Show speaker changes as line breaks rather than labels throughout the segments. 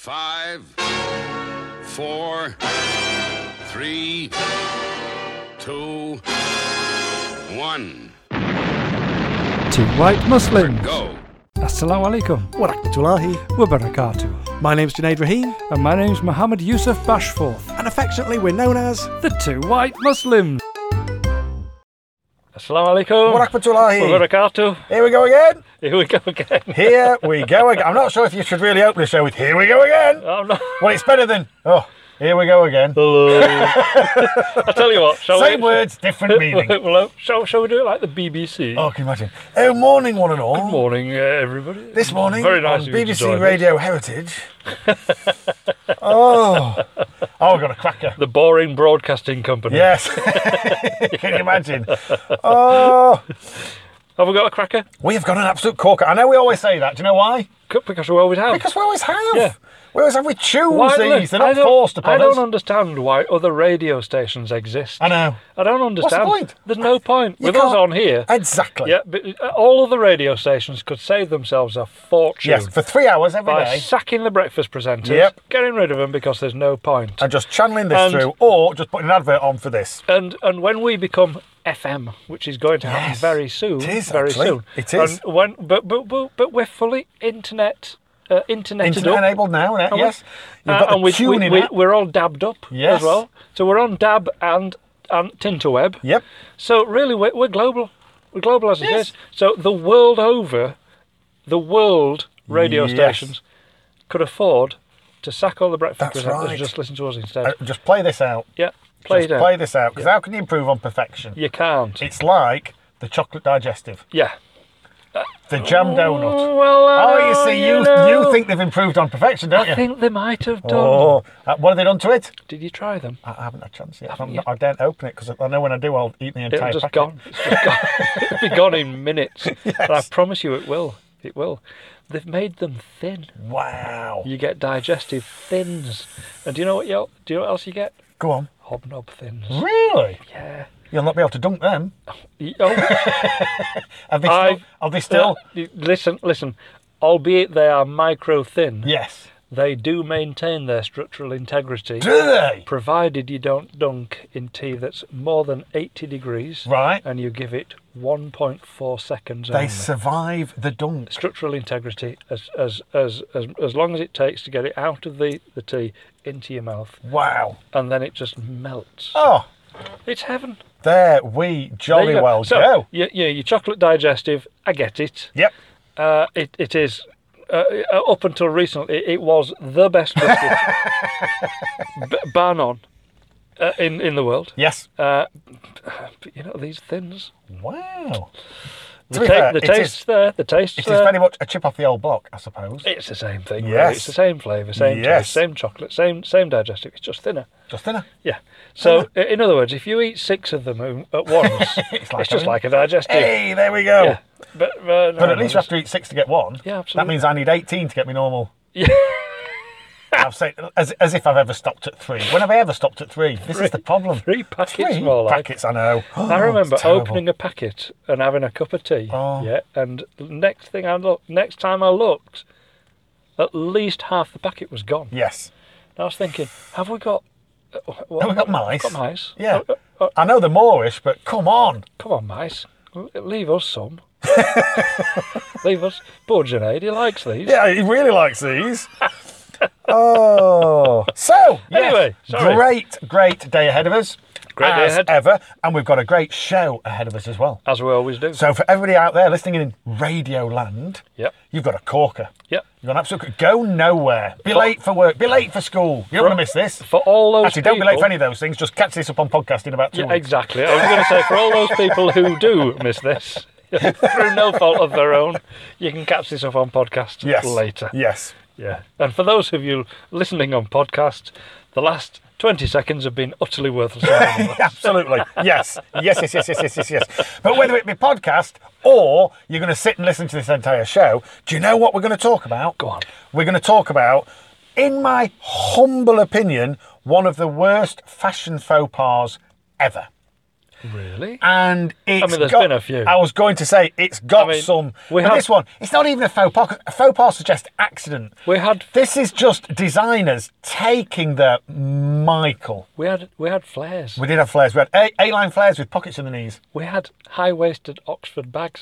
five, four, three, two, one.
Two white Muslims.
Go.
Assalamu alaikum
Warakmatullahi.
wa barakatuh.
My name's Junaid Rahim,
And my name's Mohammed Yusuf Bashforth,
and affectionately we're known as
the two white Muslims. Assalamu alaikum
Warakmatullahi.
barakatuh.
Here we go again.
Here we go again.
Here we go again. I'm not sure if you should really open the show with "Here we go again."
I'm not.
Well, it's better than "Oh, here we go again."
Hello. I tell you what, shall
Same
we?
words, different meaning.
well, shall, shall we do it like the BBC?
Oh, can you imagine? Oh, morning, one and all.
Good morning, uh, everybody.
This morning
Very nice
on
of you to join
BBC
us.
Radio Heritage. oh, oh, I've got a cracker.
The boring broadcasting company.
Yes. can you imagine? Oh,
Have we got a cracker?
we have got an absolute corker. I know we always say that. Do you know why?
C- Because we always have.
Because we always have.
Yeah.
We always have. We choose
look,
these. They're
I
not
don't-
forced upon
I don't
us.
understand why other radio stations exist.
I know.
I don't understand.
point?
There's no point.
You
With us
can't-
on here.
Exactly.
Yeah, but uh, all other radio stations could save themselves a fortune
Yes, for three hours every
by
day.
sacking the breakfast presenters,
Yep.
getting rid of them because there's no point.
and just channeling this
And-
through, or just putting an advert on for this.
And and when we become FM, which is going to happen
Yes,
very soon,
it is,
very
actually.
soon.
It is.
And when, but, but but but we're fully internet uh, interneted
Internet
up.
enabled now, and
Are we?
yes. You've
Uh,
got
and
the
we, we,
tuning
we,
app.
we're all dabbed up as
Yes.
well. So we're on Dab and, and Tinterweb.
Yep.
So really, we're, we're global. We're global as it is.
Yes.
So the world over, the world radio
Yes.
stations could afford to sack all the breakfast
That's
presenters and
right.
just listen to us instead.
Uh, Just play this out.
yeah, play
just
it out.
play this out. Because how can you improve on perfection?
You can't.
It's like the chocolate digestive,
Yeah.
the jam donut.
Well,
Oh, you see, you you
know,
think they've improved on perfection, don't
I
you?
think they might have done.
Oh, uh, what have they done to it?
Did you try them?
I I haven't had a chance yet. I'm
you?
not, I daren't open it because I know when I do, I'll eat the entire
It'll just
packet.
gone. It's just gone. It'll be gone in minutes. And I promise you, it will. It will. They've made them thin.
Wow.
You get digestive thins, and do you know what? You, do you know what else you get?
Go on.
Hobnob thins.
Really?
Yeah.
You'll not be able to dunk them.
You- Oh,
Are they
I-
still? Are they still?
you- listen, listen. Albeit they are micro thin,
Yes.
they do maintain their structural integrity,
Do they?
provided you don't dunk in tea that's more than 80 degrees,
Right.
and you give it 1.4 seconds.
They
only.
survive the dunk.
structural integrity as as, as as as long as it takes to get it out of the, the tea into your mouth
Wow.
and then it just melts.
Oh,
It's heaven.
there we
There
jolly
you go.
well
so,
go.
Yeah, yeah, your chocolate digestive, I get it.
Yep.
Uh, it, it is, uh, uh, up until recently, it, it was the best biscuit, b- bar none, uh, in, in the world.
Yes.
Uh, but you know, these thins,
Wow.
the,
be
ta-
fair,
the uh,
it is-
taste's there, the taste's
It is
there.
very much a chip off the old block, I suppose.
It's the same thing. Really.
Yes.
It's the same flavour, same
Yes.
taste, same chocolate, same same digestive. It's just thinner.
Just thinner.
Yeah. So i- in other words, if you eat six of them o- at once, it's,
like
just
having-
like a digestive.
Hey, there we go.
Yeah. But, uh, no,
But at
no, there's-
least you have to eat six to get one.
Yeah,
That
absolutely.
means I need 18 to get me normal.
Yeah.
I've said, as, as if I've ever stopped at three. When have I ever stopped at three? This is the problem.
three packets
Three
more like.
packets, I know. Oh,
I remember
It's terrible.
opening a packet and having a cup of tea.
Oh.
Yeah. And next thing I looked, next time I looked, at least half the packet was gone.
Yes.
And I was thinking, have we got? uh, What,
Have we got mice?
Got mice?
Yeah.
Uh, uh, uh,
I know the Moorish, but come on.
Come on, mice. L- Leave us some. Leave us. Poor Junaid, he likes these.
Yeah, he really likes these. oh. So, yes,
Anyway, sorry.
great, great day ahead of us.
Great day
as
ahead.
ever. And we've got a great show ahead of us as well.
As we always do.
So, for everybody out there listening in Radio Land,
yep.
you've got a corker.
Yep.
You've got an absolute corker. Go nowhere. Be late for work. Be late for school. You don't want to miss this.
For all those
Actually, don't be
people.
late for any of those things. Just catch this up on podcast in about two
Yeah,
weeks.
exactly. I was going to say, for all those people who do miss this, through no fault of their own, you can catch this up on podcast
Yes.
later.
Yes.
Yeah. And for those of you listening on podcast, the last 20 seconds have been utterly worthless.
Absolutely. Yes. Yes, yes, yes, yes, yes, yes, yes. But whether it be podcast or you're going to sit and listen to this entire show, do you know what we're going to talk about?
Go on.
We're going to talk about, in my humble opinion, one of the worst fashion faux pas ever.
Really?
and it's
mean, there's
got,
been a few.
I was going to say it's got
I mean,
some.
we
but
have-
this one, it's not even a faux pas. 'cause A faux pas suggests accident.
We had
This is just designers taking their Michael.
we had we had flares.
We did have flares. We had A- A-line flares with pockets in the knees.
We had high waisted Oxford bags.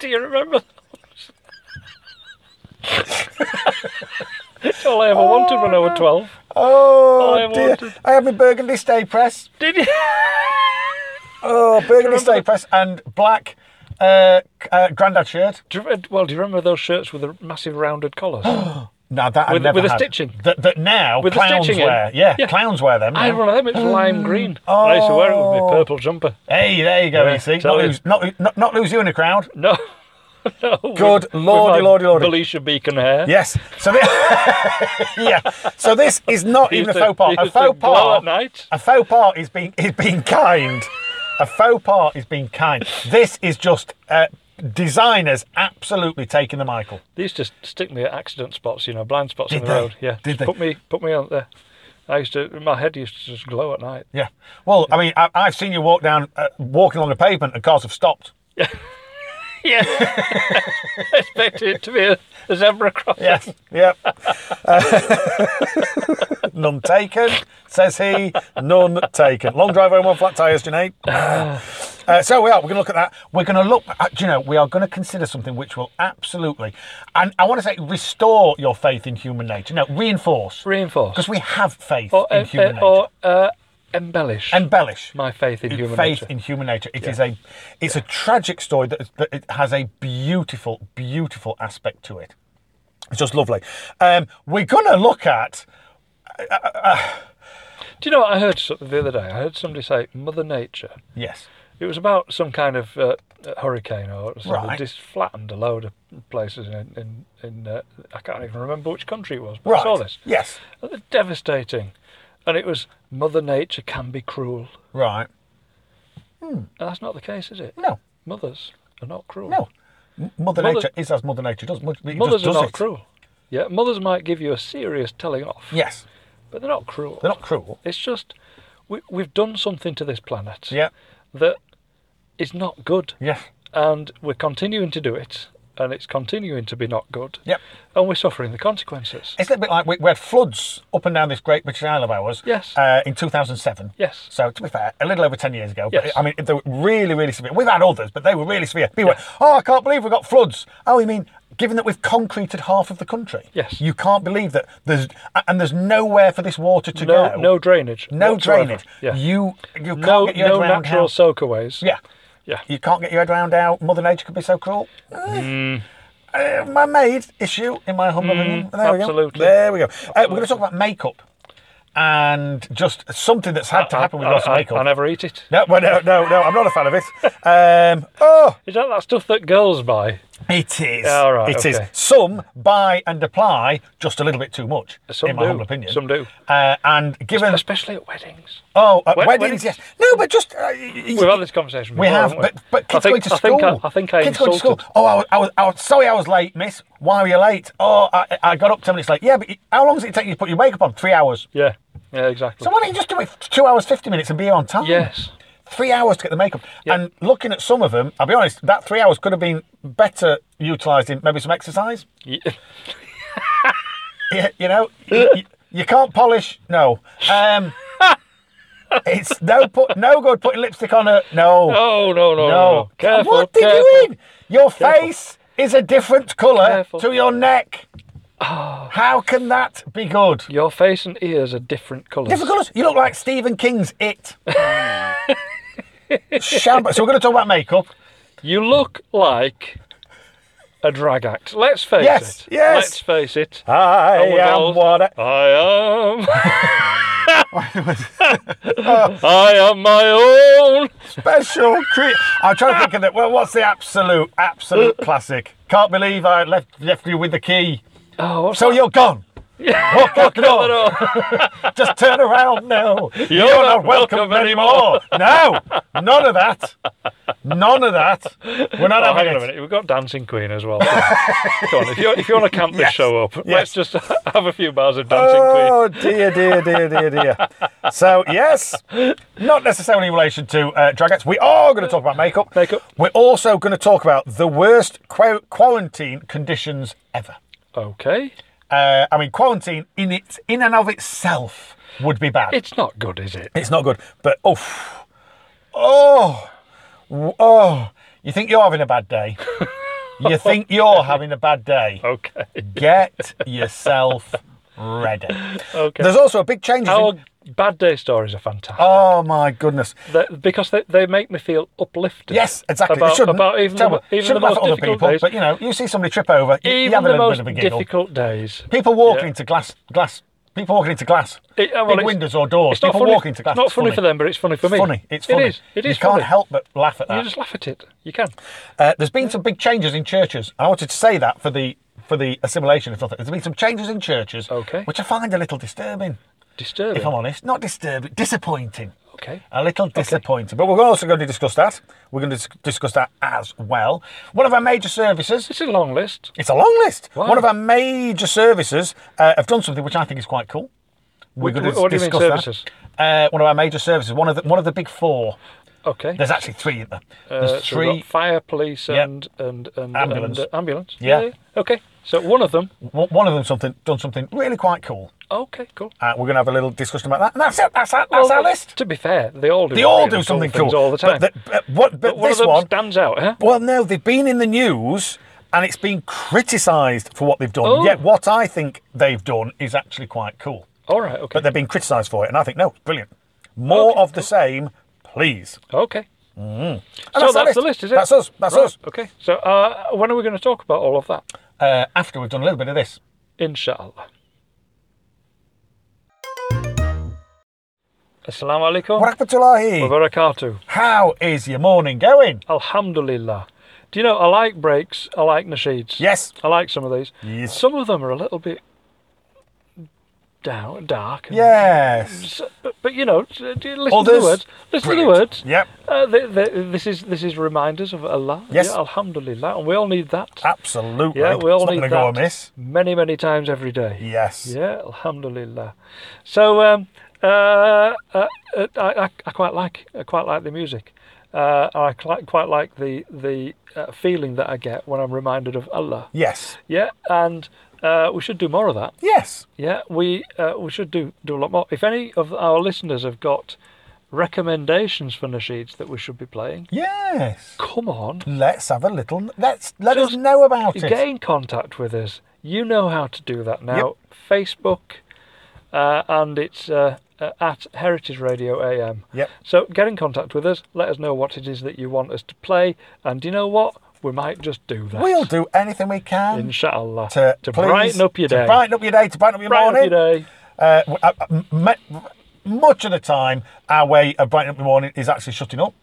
Do you remember those? it's all I ever wanted when I was 12.
Oh,
I
dear.
wanted-
I had my burgundy stay press.
Did you?
Oh, burgundy stay press and black uh, c- uh, grandad shirt.
Do you, re- well, do you remember those shirts with the massive rounded collars?
No, that I
With-
never
with the
had.
stitching.
That, that now
With the
clowns
stitching in.
wear. Yeah,
Yeah.
clowns wear them.
I had
now.
one of them. It's lime green. I used to wear it with my purple jumper.
Hey, there you go.
Yeah,
you see,
tell
not
you.
lose, not, not, not lose you in a crowd.
No. no with-
Oh. Good
with
lordy,
my
lordy, lordy.
Felicia Beacon hair.
Yes. So this, yeah. So this is not
He
even a
used
faux
to-
pas.
he
A
used to
faux
glow at
pas.
night.
A faux pas is being is being kind. A faux pas is being kind. This is just uh, designers absolutely taking the Michael.
They used to stick me at accident spots, you know, blind spots in
Did
the
they?
road. Yeah,
Did
just
they?
put me put me on there. I used to, my head used to just glow at night.
Yeah. Well, I mean, I, I've seen you walk down, uh, walking along the pavement, and cars have stopped.
Yeah, I expected it to be a, a zebra crossing.
Yes. Yep. Uh, none taken, says he. None taken. Long drive home on flat tyres, Junaid. Uh, so we are. We're going to look at that. We're going to look. At, do you know? We are going to consider something which will absolutely, and I want to say, restore your faith in human nature. No, reinforce
Reinforce
because we have faith
or,
in
em-
human nature.
or uh, embellish
Embellish
my faith in human
faith
nature.
in human nature. It is a, it's a tragic story that, that it has a beautiful, beautiful aspect to it. It's just lovely. Um, we're going to look at.
Do you know what I heard so- the other day? I heard somebody say Mother Nature.
Yes.
It was about some kind of uh, hurricane or something.
Right.
that Just flattened a load of places in in, in uh, I can't even remember which country it was. But
Right.
I saw this.
Yes.
devastating. And it was Mother Nature can be cruel.
Right.
And that's not the case, is it?
No.
Mothers are not cruel.
No. M- Mother,
Mother-
Nature is as Mother Nature does. Mother, it
Mothers
just does
are not
it.
cruel. Yeah, mothers might give you a serious telling off,
Yes.
but they're not cruel.
They're not cruel.
It's just we, we've done something to this planet
Yeah.
that is not good.
Yeah.
And we're continuing to do it, and it's continuing to be not good.
Yep.
And we're suffering the consequences.
It's a little bit like we, we had floods up and down this great British Isle of ours.
Yes.
Uh, in 2007.
Yes.
So to be fair, a little over 10 years ago. But
Yes.
I mean, they were really, really severe. We've had others, but they were really severe. People went, oh, I can't believe we've got floods. Oh, you mean, given that we've concreted half of the country.
Yes.
You can't believe that there's, and there's nowhere for this water to
no,
go.
no drainage.
No
whatsoever.
drainage.
Yeah.
You, you can't
no
get your head
no
around
natural
how-
soakaways.
Yeah.
Yeah.
You can't get your head around how Mother Nature could be so cruel. Eh.
Mm.
Uh, my maid issue, in my humble opinion. There
absolutely.
we go. There we go. Uh, we're going to talk about makeup and just something that's had to happen with lots
I,
of
I-
makeup.
I never eat it.
No, well, no, no, no, I'm not a fan of it. Um, oh,
Is that that stuff that girls buy?
it is.
Yeah, all right,
It is.
okay.
Some buy and apply just a little bit too much,
Some
in my
do.
humble opinion.
Some do.
Uh, and given,
Especially at weddings.
oh, uh,
Wed-
weddings,
weddings.
yes. No, but just. Uh, y-
We've had this conversation.
We
before,
have,
haven't
but,
we?
but kids
I think,
going to
I
school.
think uh, I, I think I
kids going to school.
insulted.
Oh, I was, I was, I was sorry, I was late, miss. Why were you late? Oh, I, I got up ten minutes late. Yeah, but how long does it take you to put your makeup on? Three hours.
Yeah, yeah, exactly.
So why don't you just do it for two hours fifty minutes and be on time?
yes,
Three hours to get the makeup. And looking at some of them, I'll be honest, that three hours could have been better utilised in maybe some exercise.
Ye-
you, you know, you, you- you can't polish. No. Um, it's no put, no good putting lipstick on a no.
Oh no, no, no, no.
No.
Careful.
what did
careful.
you mean? Your face is a different colour
Careful. Ah.
to your neck. How can that be good?
Your face and ears are different colours.
Different colours. You look like Stephen King's It. Shamba. So we're going to talk about makeup.
You look like a drag act. Let's face
Yes,
it.
yes.
Let's face it.
I
And we've
am
all-
what I...
I am. I am my own.
special creature. I'm trying to think of that. Well, what's the absolute, absolute classic? Can't believe I left left you with the key.
Oh, what's
So you're gone. Walk out the door.
that?
Just turn around now. You're,
not welcome anymore.
No, none of that. None of that. We're not
Oh, hang
having
on a
it.
minute. We've got Dancing Queen as well. Come on. Come on, If, you if you want to camp this
Yes.
show up, let's
Yes.
just have a few bars of Dancing Queen.
Oh dear, dear, dear, dear, dear. So yes, not necessarily in relation to uh, dragettes. We are going to talk about makeup.
Makeup.
We're also going to talk about the worst qu- quarantine conditions ever.
Okay.
Uh, I mean, quarantine in its in and of itself would be bad.
It's not good, is it?
It's not good. But oof. oh, w- oh, you think you're having a bad day? you think you're having a bad day?
Okay.
Get yourself ready.
Okay.
There's also a big change.
Our bad day stories are fantastic.
Oh my goodness!
They- because they, they make me feel uplifted.
Yes, exactly.
About,
it shouldn't.
about even
Terrible.
the, even the
shouldn't laugh
most
at other
difficult
people,
days.
but you know, you see somebody trip over, you, you
even
have a
the
little
most
bit of a giggle.
difficult days.
People walking
Yeah.
into glass, glass. People walking into glass,
It- uh, well,
big
it's-
windows or doors.
It's not
People
funny,
walking into glass.
It's not
It's
funny, for them, but it's funny for me.
Funny. It's funny.
It is. It is
You can't
funny.
help but laugh at that.
You just laugh at it. You can.
Uh, there's been some big changes in churches. I wanted to say that for the for the assimilation, if nothing. There's been some changes in churches,
Okay.
which I find a little disturbing.
Disturbing.
If I'm honest, not disturbing, disappointing.
Okay.
A little disappointing, but we're also going to discuss that. We're going to dis- discuss that as well. One of our major services
It's a long list.
It's a long list.
Wow.
One of our major services uh, have done something which I think is quite cool. We're
Which-
gonna
what do you mean
discuss that.
services?
Uh, one of our major services, one of the one of the big four.
Okay.
There's actually three in there.
Uh,
There's
so we've got
three.
fire, police,
Yeah.
and and and
Ambulance.
and, uh, ambulance.
Yeah.
Okay. So one of them.
one- One of them something done something really quite cool.
Okay. Cool.
Uh, we're going to have a little discussion about that. And that's it. That's our, that's our
Well,
list.
To be fair, they all do.
They all
really
do
cool
something
things
cool
all the time.
But, the, but what? But,
But one
this
of them
one.
stands out, huh?
Well, no, they've been in the news and it's been criticised for what they've done.
Oh.
Yet, what I think they've done is actually quite cool.
All right. Okay.
but they're being criticised for it. And I think, no, brilliant. More
Okay,
of the same, please.
okay.
And
so
our
that's the list, is it?
That's us. That's
Right,
us.
Okay. So uh, when are we going to talk about all of that?
Uh, after we've done a little bit of this.
Inshallah. Assalamu alaikum.
Wa
Wa
rahmatullahi.
barakatuh.
How is your morning going?
Alhamdulillah. Do you know, I like breaks, I like nasheeds.
Yes.
I like some of these.
Yes.
Some of them are a little bit down, dark. And
Yes.
s- But, but you know, t- t- listen to
Others,
the words. Listen
brilliant.
to the words.
Yep.
Uh, th th this is this is reminders of Allah.
Yes.
Yeah, Alhamdulillah, and we all need that.
Absolutely.
yeah, we all
it's not
need that.
gonna go amiss.
Many many times every day.
Yes.
Yeah, Alhamdulillah. So um, uh, uh, uh, I, I, I quite like I quite like the music. Uh, I cli- quite like the the uh, feeling that I get when I'm reminded of Allah.
Yes.
Yeah, and uh, we should do more of that.
Yes.
Yeah, we uh, we should do do a lot more. If any of our listeners have got recommendations for nasheeds that we should be playing,
Yes.
come on,
Let's have a little. Let's let us
Just
know about it.
get in contact with us. You know how to do that now. Facebook, uh, and it's uh, uh, at Heritage Radio AM.
Yep.
So get in contact with us. Let us know what it is that you want us to play, and you know what, we might just do that.
We'll do anything we can
Inshallah.
to, please-
brighten up your day.
To brighten up your day. To brighten up your
Brighten
morning.
up your day.
uh, w- uh, m- me- much of the time, our way of brightening up the morning is actually shutting up.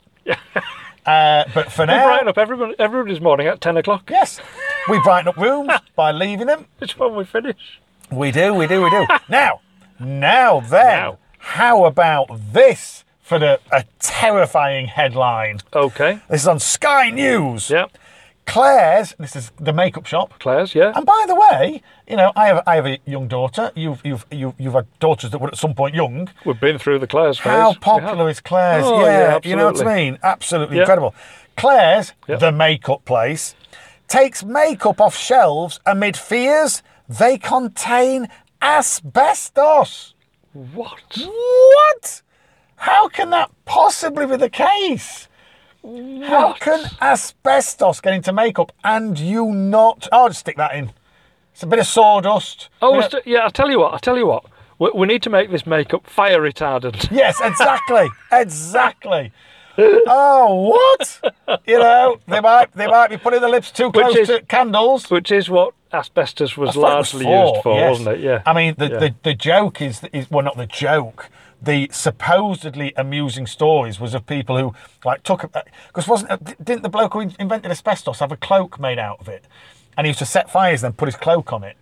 uh, but for
We
now,
brighten up everybody, everybody's morning at ten o'clock.
yes, we brighten up rooms by leaving them.
It's when we finish.
We do, we do, we do. now, now then,
Now.
how about this for the, a terrifying headline?
Okay.
This is on Sky News.
Yeah.
Claire's, this is the makeup shop,
Claire's, yeah.
And by the way, you know, I have I have a young daughter. You've you've you've, you've had daughters that were at some point young.
We've been through the Claire's phase.
How
We have.
popular is Claire's?
Oh,
yeah,
yeah,
you know what I
absolutely.
mean? Absolutely
Yeah.
incredible. Claire's,
Yeah.
the makeup place, takes makeup off shelves amid fears they contain asbestos.
What?
What? How can that possibly be the case? How
What?
can asbestos get into makeup and you not? Oh, I'll just stick that in. It's a bit of sawdust.
Oh,
You know-
it's- yeah. I'll tell you what. I'll tell you what. We, we need to make this makeup fire retardant.
Yes, exactly, exactly. Oh, what? You know, they might they might be putting their lips too close
is-
to candles.
Which is what asbestos was
That's what it was
largely used for,
yes.
wasn't it? Yeah.
I mean, the,
Yeah.
the, the joke is, is well, not the joke. The supposedly amusing stories was of people who like took because wasn't uh, didn't the bloke who in- invented asbestos have a cloak made out of it, and he used to set fires then put his cloak on it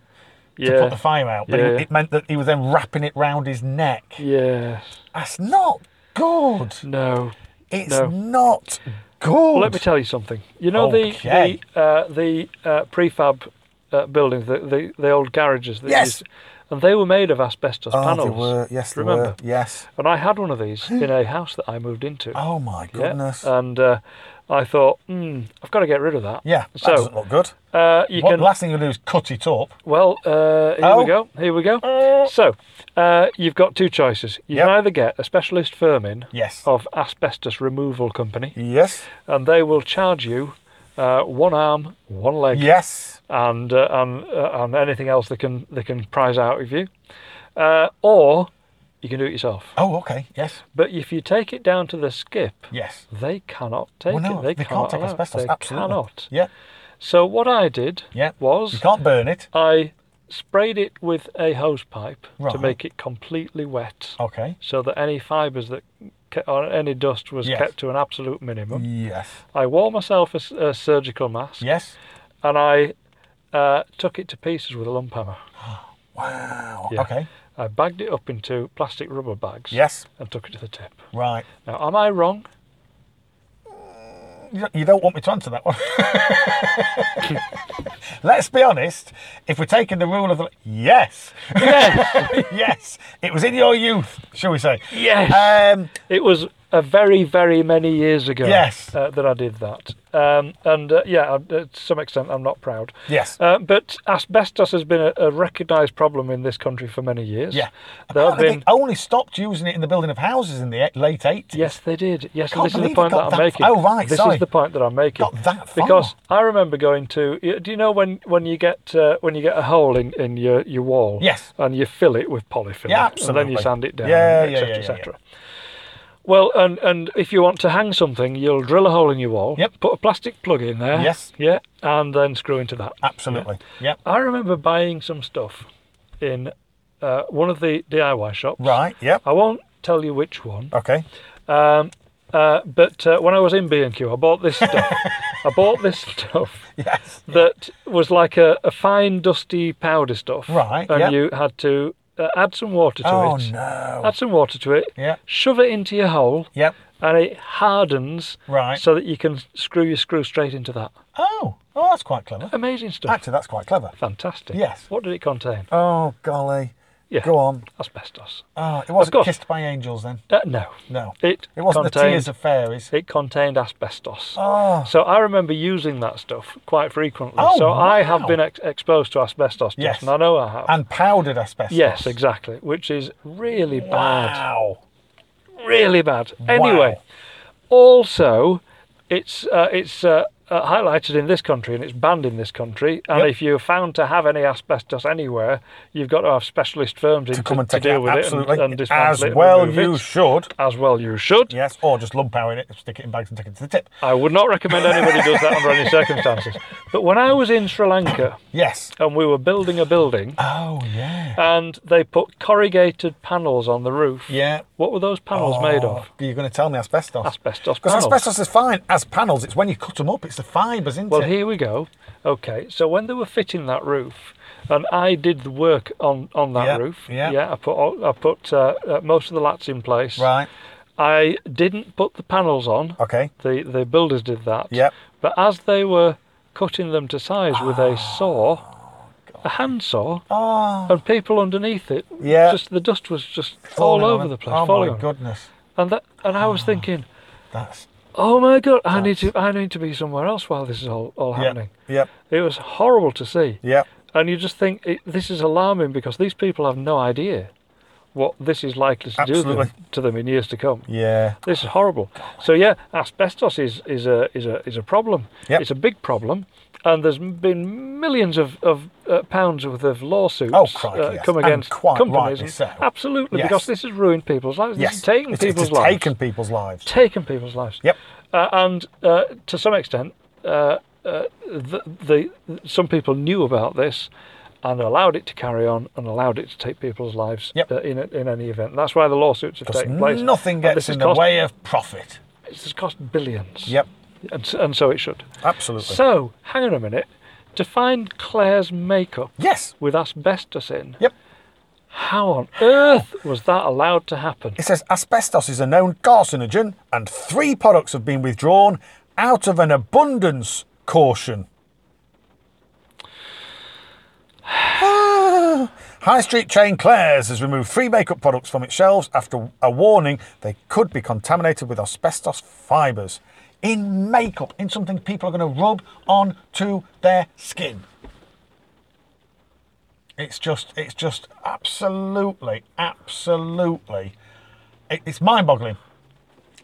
yeah.
to put the fire out, but
Yeah.
it, it meant that he was then wrapping it round his neck.
Yes.
That's not good.
No.
It's
No.
not Good.
Well, let me tell you something. You know
Okay.
the the, uh, the uh, prefab uh, buildings, the, the the old garages. That
Yes.
used- and they were made of asbestos
oh,
panels.
they were. Yes, they
remember?
were. Yes.
And I had one of these in a house that I moved into.
Oh my
Yeah.
goodness. Yeah,
And uh, I thought, hmm, I've got to get rid of that.
that
So
doesn't look good.
uh, you
What
can.
last thing you do is cut it up.
Well, uh, here
Oh.
we go. Here we go. So, uh, you've got two choices. You can
Yep.
either get a specialist firm in
Yes.
of asbestos removal company,
Yes.
and they will charge you uh, one arm, one leg,
Yes.
and uh, and uh, and anything else they can they can prize out of you, uh, or you can do it yourself.
Oh, okay. Yes.
But if you take it down to the skip,
Yes.
they cannot take
well, no,
it.
they,
They,
can't take
allow it.
asbestos.
They
Absolutely.
cannot.
Yeah.
So what I did
Yeah. You
was
can't burn it.
I sprayed it with a hose pipe to
Right.
make it completely wet,
Okay.
so that any fibres that ca- or any dust was
Yes.
kept to an absolute minimum.
Yes.
I wore myself a, s- a surgical mask
Yes.
and I uh, took it to pieces with a lump hammer.
Wow.
Yeah.
Okay.
I bagged it up into plastic rubber bags
Yes.
and took it to the tip.
Right.
Now, am I wrong?
You don't- you don't want me to answer that one. Let's be honest. If we're taking the rule of the yes, yes, yes, it was in your youth, shall we say?
Yes.
Um,
It was a very, very many years ago
Yes.
uh, that I did that. Um, and uh, yeah, I, uh, to some extent, I'm not proud.
yes.
Uh, but asbestos has been a, a recognised problem in this country for many years.
yeah.
There have
Apparently
been.
they only stopped using it in the building of houses in the e- late 80s.
Yes, they did. Yes,
Can't
and this is
believe
the
it
point
got
that I'm
that
making.
far. Oh, right,
This
sorry.
is the point that I'm making.
Got that far.
Because I remember going to. y- Do you know when, when you get uh, when you get a hole in, in your, your wall?
Yes.
And you fill it with polyfill.
Yeah,
And then you
absolutely.
sand it down.
Yeah,
etc.
yeah, yeah, yeah,
etc. Well, and and if you want to hang something, you'll drill a hole in your wall.
Yep.
Put a plastic plug in there.
Yes.
Yeah, and then screw into that.
Absolutely. Yep.
I remember buying some stuff in uh, one of the DIY shops.
Right. Yep.
I won't tell you which one,
Okay.
um, uh, but uh, when I was in B&Q, I bought this stuff. I bought this stuff
Yes.
that was like a, a fine, dusty powder stuff.
Right,
And
yep.
you had to uh, add some water to
Oh,
it.
no.
Add some water to it.
Yeah.
Shove it into your hole,
Yep.
and it hardens.
Right.
So that you can screw your screw straight into that.
Oh. Oh, that's quite clever.
Amazing stuff.
Actually, that's quite clever.
Fantastic.
Yes.
What did it contain?
Oh, golly.
Yeah.
Go on.
Asbestos.
Oh, it wasn't
course.
kissed by angels then.
Uh, no.
No.
It,
It wasn't the
contained,
tears of fairies.
It contained asbestos.
Oh.
So I remember using that stuff quite frequently.
Oh,
so I have
wow.
been ex- exposed to asbestos dust,
Yes.
and I know I have.
And powdered asbestos.
yes, exactly, which is really bad.
Wow.
Really bad. Anyway, also, it's uh, it's uh, uh, highlighted in this country and it's banned in this country. And
Yep.
if you're found to have any asbestos anywhere, you've got to have specialist firms in
To come and take it
deal
out.
with
Absolutely.
it and, and dismantle
As
it and
well
remove
you
it.
should.
As well you should.
Yes. Or just lump power in it, stick it in bags and take it to the tip.
I would not recommend anybody does that under any circumstances. But when I was in Sri Lanka
Yes.
and we were building a building
Oh, yeah.
and they put corrugated panels on the roof,
Yeah.
what were those panels made
Oh,
of?
You're going to tell me asbestos.
Asbestos
Because
panels.
asbestos is fine as panels. It's when you cut them up. It's the fibres, isn't
Well,
it?
here we go. Okay, so when they were fitting that roof, and I did the work on, on that
Yeah,
roof.
yeah.
I put all, I put uh, uh, most of the lats in place.
Right. Uh.
I didn't put the panels on.
Okay.
The the builders did that.
Yep.
But as they were cutting them to size with
Ah,
a saw, a hand saw,
Oh.
and people underneath it,
Yeah.
just the dust was just
falling
all
on
over
it.
the place,
Oh,
falling
my
on. it.
goodness.
And that, and I was thinking,
That's.
oh my god, I need to I need to be somewhere else while this is all, all happening.
Yep. Yep.
It was horrible to see.
Yep.
And you just think it, this is alarming because these people have no idea what this is likely to do
Absolutely.
them, to them in years to come.
Yeah.
This is horrible. So yeah, asbestos is is a is a is a problem.
Yep.
It's a big problem, and there's m- been millions of of uh, pounds worth of lawsuits uh,
Oh, crikey, yes.
come
And
against
quite
companies.
rightly so.
Absolutely,
Yes.
because this has ruined people's lives. This
Yes.
has taken
It's-
people's
it's
lives.
Taken people's lives.
Taken people's lives.
Yep.
Uh, and uh, to some extent, uh, uh, the, the some people knew about this. And allowed it to carry on, and allowed it to take people's lives
Yep.
uh, in in any event. That's why the lawsuits have
Because
taken place.
nothing
And
gets
this
in
has
the
cost-
way of profit.
This has cost billions.
Yep.
And, s- and so it should.
Absolutely.
So, hang on a minute. To find Claire's makeup
yes.
with asbestos in,
Yep.
how on earth was that allowed to happen?
It says asbestos is a known carcinogen and three products have been withdrawn out of an abundance caution. Ah. High Street chain Claire's has removed three makeup products from its shelves after a warning they could be contaminated with asbestos fibres in makeup, in something people are going to rub onto their skin. It's just, it's just absolutely, absolutely, it- it's mind-boggling,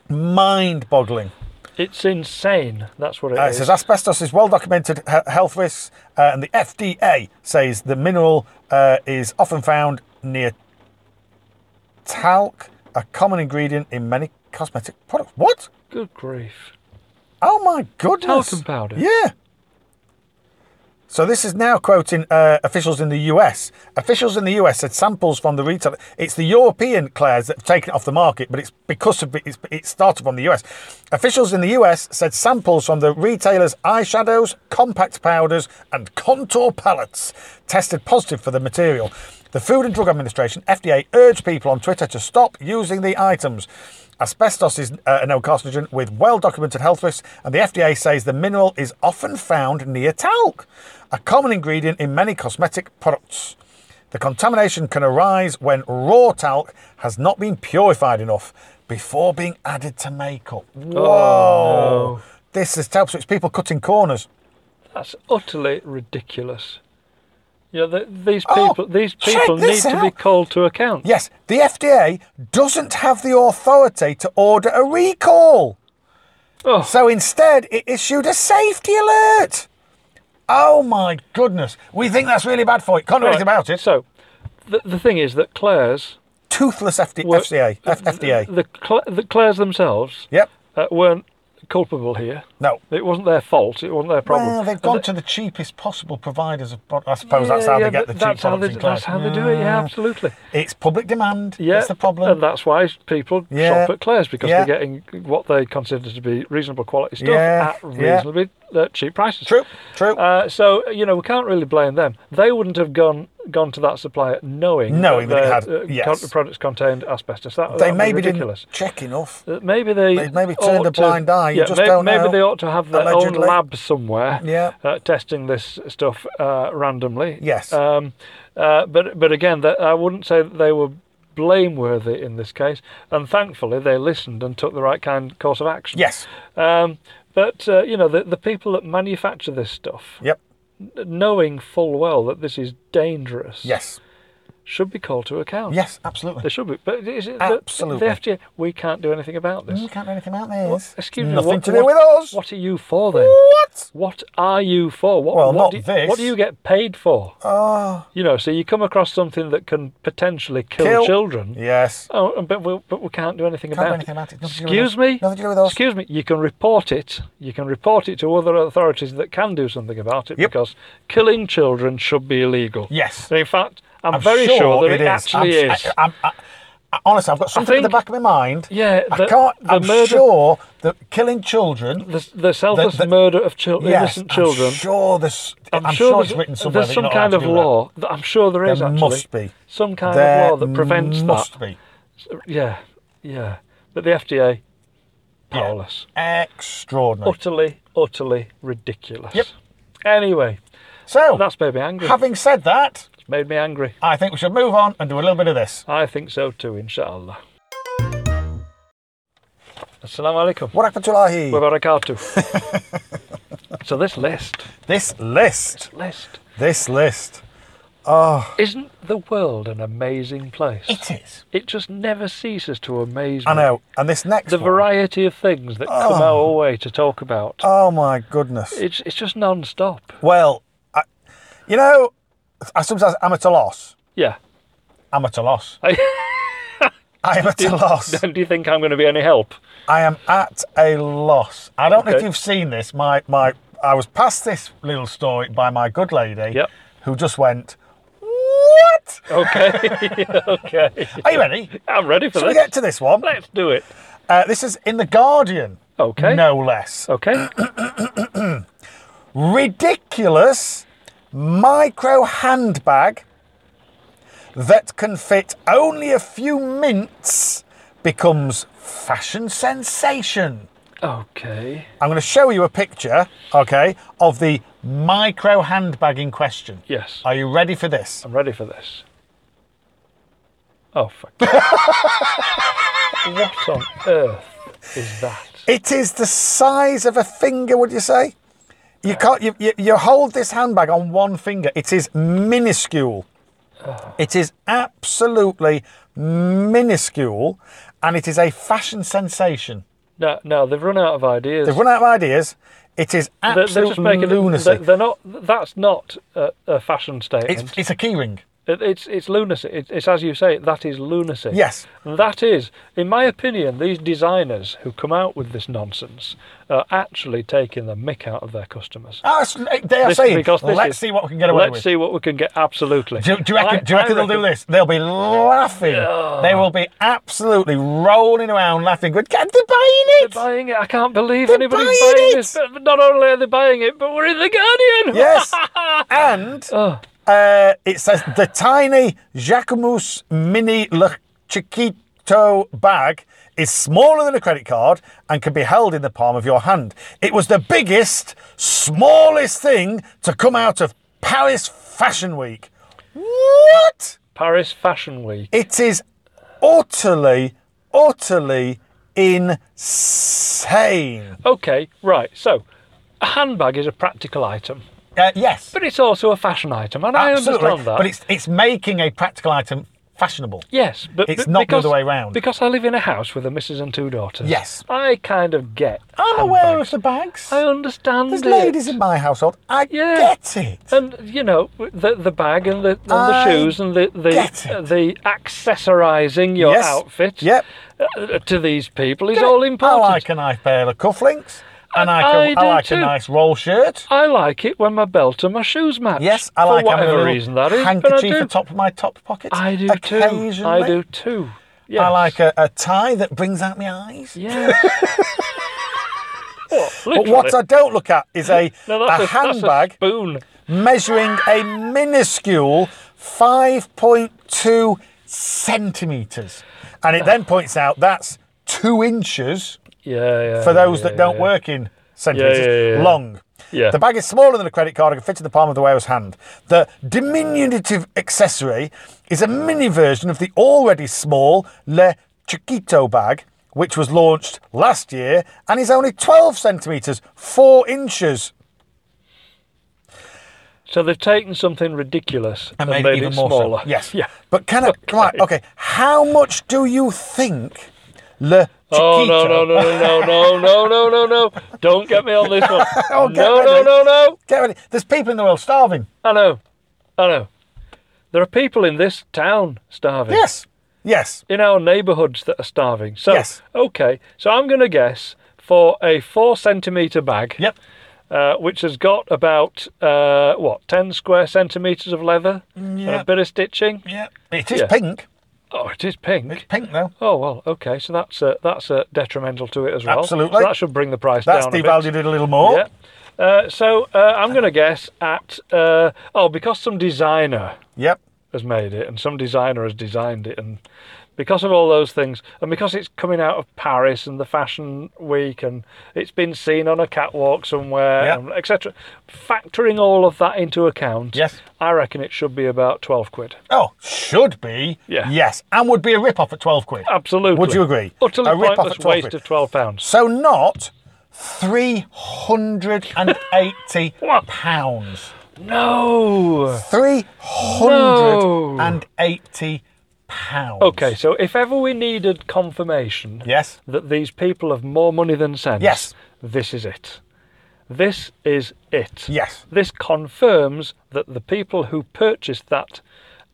mind-boggling.
It's insane. That's what it is.
Uh, it says asbestos is well documented he- health risks, uh, and the FDA says the mineral uh, is often found near talc, a common ingredient in many cosmetic products. What?
Good grief.
Oh my goodness!
Talcum powder.
Yeah. So this is now quoting uh, officials in the US. Officials in the US said samples from the retail. It's the European Claire's that have taken it off the market, but it's because of it's, it started from the US. Officials in the US said samples from the retailers' eyeshadows, compact powders, and contour palettes tested positive for the material. The Food and Drug Administration (FDA) urged people on Twitter to stop using the items. Asbestos is uh, a known carcinogen with well documented health risks, and the FDA says the mineral is often found near talc, a common ingredient in many cosmetic products. The contamination can arise when raw talc has not been purified enough before being added to makeup. Oh. Whoa! This is terrible. So it's people cutting corners.
Oh, That's utterly ridiculous. Yeah, th these
Oh,
people, these
check
people need
this
to be
out.
called to account.
Yes, the FDA doesn't have the authority to order a recall.
Oh.
So instead, it issued a safety alert. Oh my goodness. We think that's really bad for you. Can't do anything
Right,
about it.
So, the, the thing is that Claire's,
Toothless FD,
Well, uh,
FCA, F- FDA.
the, Cla- the Claire's themselves,
Yep.
uh, weren't culpable here.
No.
It wasn't their fault. It wasn't their problem.
Well, they've
And
gone
th-
to the cheapest possible providers of products. I suppose that's
yeah,
how
yeah,
they
but
get the cheap
that's how
products
they,
in
That's how they do it. Yeah, absolutely.
It's public demand.
Yeah,
That's the problem.
And that's why people
Yeah.
shop at Claire's because
Yeah.
they're getting what they consider to be reasonable quality stuff
Yeah,
at
yeah.
reasonably uh, cheap prices.
True, true.
Uh, so you know we can't really blame them. They wouldn't have gone gone to that supplier knowing
Knowing that it
their,
had-
uh,
yes.
con- products contained asbestos. That,
they
that
maybe
was ridiculous.
didn't check enough.
Uh, Maybe they,
They maybe turned a
ought to-
blind eye, you
yeah,
just
may-
don't know.
Maybe they ought to have their
Allegedly.
own lab somewhere,
Yeah.
uh, testing this stuff uh, randomly.
Yes.
Um, uh, but but again, that I wouldn't say that they were blameworthy in this case, and thankfully they listened and took the right kind course of action.
Yes.
Um, but uh, you know the the people that manufacture this stuff,
Yep.
knowing full well that this is dangerous,
Yes.
should be called to account.
Yes,
They
absolutely.
should be, but is it
Absolutely.
The, the FDA, we can't do anything about this.
We can't do anything about this.
Excuse me.
Nothing
what-
to do
what-
with us.
What are you for then?
What?
What are you for? What,
Well,
what
not
do you,
this.
What do you get paid for?
Oh,
You know, so you come across something that can potentially kill,
Kill-
children.
yes.
Oh, but we, but we can't do anything
Can't do
about
anything
it.
about it. Nothing to do with
Excuse
us.
me.
Nothing to do with us.
Excuse me. You can report it. You can report it to other authorities that can do something about it
Yep.
because killing children should be illegal.
Yes.
And in fact, I'm, very sure, that it,
is.
actually
I'm-
is.
I'm- I- I- honestly, I've got something at the
think-
back of my mind.
Yeah,
I
the-
can't.
the
I'm
murder-
sure that killing children.
the, the selfless
the-
murder of chil-
yes,
innocent children
I'm sure this. I'm, sure,
there's,
it's written somewhere.
there's
that you're
some
not
kind
allowed
of
to do that.
law. That I'm sure there is
There
actually.
must be.
some kind
There
of law that prevents
must
that.
be.
Yeah, yeah. But the FDA,
Yeah.
powerless,
Extraordinary.
utterly, utterly ridiculous.
Yep. Oh.
Anyway,
so,
that's made me angry.
having said that,
It's made me angry.
I think we should move on and do a little bit of this.
I think so too. Inshallah. Assalamu alaikum.
What happened to Lahi?
Wa barakatuh. so this list,
this list.
list,
This list.
isn't the world an amazing place?
It is.
It just never ceases to amaze me.
I know. And this next
The
one.
variety of things that
Ah.
come our way to talk about.
Oh my goodness.
It's it's just non-stop.
well, I, you know, I sometimes I'm at a loss.
Yeah.
I'm at a loss. I am at a loss.
Do you think I'm going to be any help?
I am at a loss. I don't know if
Okay.
you've seen this. My my I was passed this little story by my good lady
Yep.
who just went, What?
Okay. okay.
Are you ready?
I'm ready for
Shall we
this.
get to this one?
Let's do it.
Uh, this is in The Guardian.
Okay.
No less.
Okay.
Ridiculous micro handbag that can fit only a few mints becomes fashion sensation.
Okay.
I'm going to show you a picture, okay, of the micro handbag in question.
Yes.
Are you ready for this?
I'm ready for this. Oh fuck! what on earth is that?
It is the size of a finger, would you say? You can't. You, you, you hold this handbag on one finger. It is minuscule. It is absolutely minuscule, and it is a fashion sensation.
No, no, they've run out of ideas.
They've run out of ideas. It is
They're- they're
absolute
just making
lunacy.
They're, they're not. That's not a, a fashion statement.
it's, it's a keyring.
It- it's it's lunacy. It, it's as you say. That is lunacy.
Yes.
That is, in my opinion, these designers who come out with this nonsense are actually taking the mick out of their customers.
Ah, it's- they are
This-
saying,
because this
let's
is-
see what we can get away
Let's
with.
see what we can get. Absolutely.
Do, do you reckon,
I-
do you
I
reckon they'll do
reckon-
this? They'll be laughing. They will be absolutely rolling around laughing. Good God, they're buying
They're
it.
buying it. I can't believe
They're
anybody's
buying
buying
it!
this. But not only are they buying it, but we're in the Guardian.
yes. And
Oh.
uh, it says the tiny Jacquemus Mini Le Chiquito bag is smaller than a credit card and can be held in the palm of your hand. It was the biggest, smallest thing to come out of Paris Fashion Week. What?
Paris Fashion Week.
It is utterly, utterly insane.
Okay, right. So, a handbag is a practical item,
Uh, yes,
but it's also a fashion item, and
absolutely.
I understand that.
But it's it's making a practical item fashionable.
yes, but
it's
be-
not the
because,
other way round.
Because I live in a house with a missus and two daughters.
Yes.
I kind of get.
I'm aware of
handbags.
the bags.
I understand
There's
it.
ladies in my household. I
Yeah.
get it.
and you know the the bag and the and
I
the shoes and the the,
get it.
uh, the accessorizing your
Yes.
outfit
Yep.
uh, to these people is all important.
I like a nice pair of cufflinks, and I,
I
can, I,
do
like a
too.
nice roll shirt.
I like it when my belt and my shoes match.
Yes, I
for
like having a
whatever
little
reason that is. But I
handkerchief
do.
atop my top pocket.
I do too.
occasionally.
I do too. Yes.
I like a, a tie that brings out my eyes.
Yes. What,
But what I
literally?
don't look at is a,
No,
a
that's that's
handbag
spoon.
measuring a minuscule 5.2 centimetres. And it then points out that's two inches
Yeah, yeah.
for
Oh,
those
yeah,
that don't
yeah.
work in centimetres
yeah, yeah.
long.
Yeah.
The bag is smaller than a credit card and can fit in the palm of the wearer's hand. The diminutive accessory is a mini version of the already small Le Chiquito bag, which was launched last year and is only 12 centimetres, 4 inches.
So they've taken something ridiculous and,
made it even more so.
smaller.
Yes.
Yeah.
But can I, come on, okay, how much do you think Le Chiquito...
Oh no no no no no no no no no! Don't get me on this one.
Oh, get
no no
ready.
no no!
Get ready. There's people in the world starving.
I know, I know. There are people in this town starving.
Yes. Yes.
in our neighbourhoods that are starving. So,
Yes.
okay, so I'm going to guess for a four centimetre bag,
Yep.
uh, which has got about uh, what ten square centimetres of leather
Mm,
and a
Yep.
bit of stitching.
Yeah. It is
Yeah.
pink.
Oh, it is pink.
It's pink though.
Oh well, okay. So that's uh, that's uh, detrimental to it as well.
Absolutely.
So that should bring the price
That's
down. a bit.
devalued it a little more.
Yeah. Uh, so uh, I'm going to guess at uh, oh because some designer
Yep.
has made it and some designer has designed it and because of all those things and because it's coming out of Paris and the fashion week and it's been seen on a catwalk somewhere
Yeah.
and etc factoring all of that into account
Yes.
I reckon it should be about 12 quid
Oh, should be.
Yeah. Oh.
Yes. And would be a rip off at 12 quid.
absolutely
Would you agree?
utterly
a rip off
pointless
at 12
waste
quid.
of 12 pounds
So not 380
What?
pounds.
no
380 pounds.
okay so if ever we needed confirmation
Yes.
that these people have more money than sense.
Yes.
This is it. This is it.
Yes.
This confirms that the people who purchased that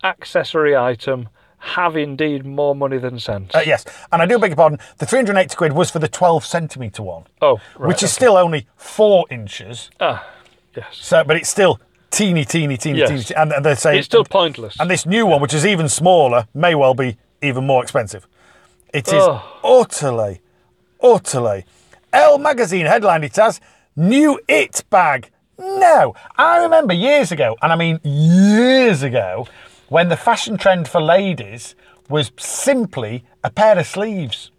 accessory item have indeed more money than sense.
Uh, yes. And I do beg your pardon. The 380 quid was for the 12 centimetre one,
oh, right. Ah,
which is still only four inches.
yes.
So, but it's still teeny, teeny, teeny,
Yes.
teeny. And and they say
It's still pointless.
And this new one, which is even smaller, may well be even more expensive. It is
Ugh.
utterly, utterly. L magazine headlined it as New It Bag. No, I remember years ago, and I mean years ago, when the fashion trend for ladies was simply a pair of sleeves.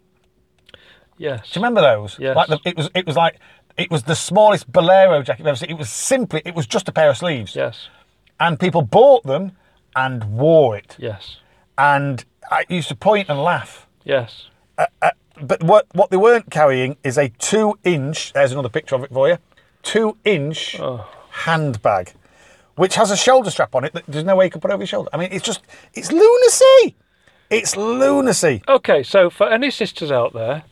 Yes.
Do you remember those?
Yes.
Like the, it was it was like it was the smallest bolero jacket you've ever seen. It was simply it was just a pair of sleeves.
Yes.
And people bought them and wore it.
Yes.
And I used to point and laugh.
Yes.
But what what they weren't carrying is a two inch. There's another picture of it for you. Two inch
Oh.
handbag, which has a shoulder strap on it that there's no way you could put over your shoulder. I mean, it's just it's lunacy. It's lunacy.
Okay, so for any sisters out there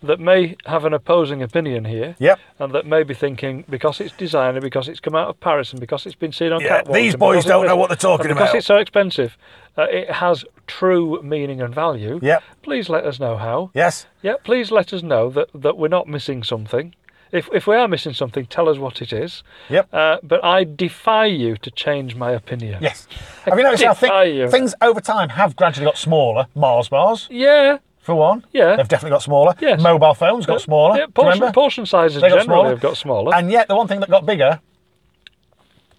that may have an opposing opinion here,
Yep.
and that may be thinking because it's designer, because it's come out of Paris, and because it's been seen on
Yeah,
catwalks,
these
and
boys
because it's
don't
been-
know what they're talking
and because
about.
it's so expensive, uh, it has true meaning and value.
Yep.
Please let us know how.
Yes.
Yeah, please let us know that, that we're not missing something. If, if we are missing something, tell us what it is.
Yep.
Uh, but I defy you to change my opinion.
Yes. Have you noticed how thi-
Are you?
things over time have gradually got smaller? Mars bars,
Yeah.
for one.
Yeah.
They've definitely got smaller.
Yes.
Mobile phones got smaller.
Yeah,
Do you
portion,
remember?
portion sizes
They got
generally
smaller.
have got smaller.
And yet, the one thing that got bigger,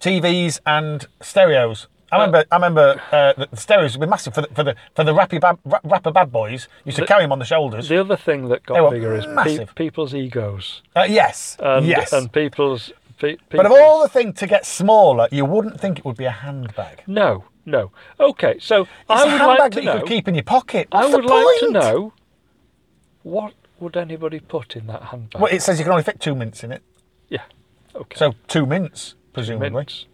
TVs and stereos. I remember, I remember uh, the the stereos were massive for the for the for the rappy bad, ra- rapper bad boys. Used to carry them on the shoulders.
The other thing that
They were
got bigger is pe-
massive.
people's egos
uh, yes,
and,
yes.
and people's. Pe-
but of
people's-
all the things to get smaller, you wouldn't think it would be a handbag. It's
no, no. Okay, so
a
I would
handbag
like to
that
know.
you could keep in your pocket.
I
What's the
would like to
point?
know what would anybody put in that handbag?
Well, it says you can only fit two mints in it,
yeah, okay.
so two mints presumably.
mints,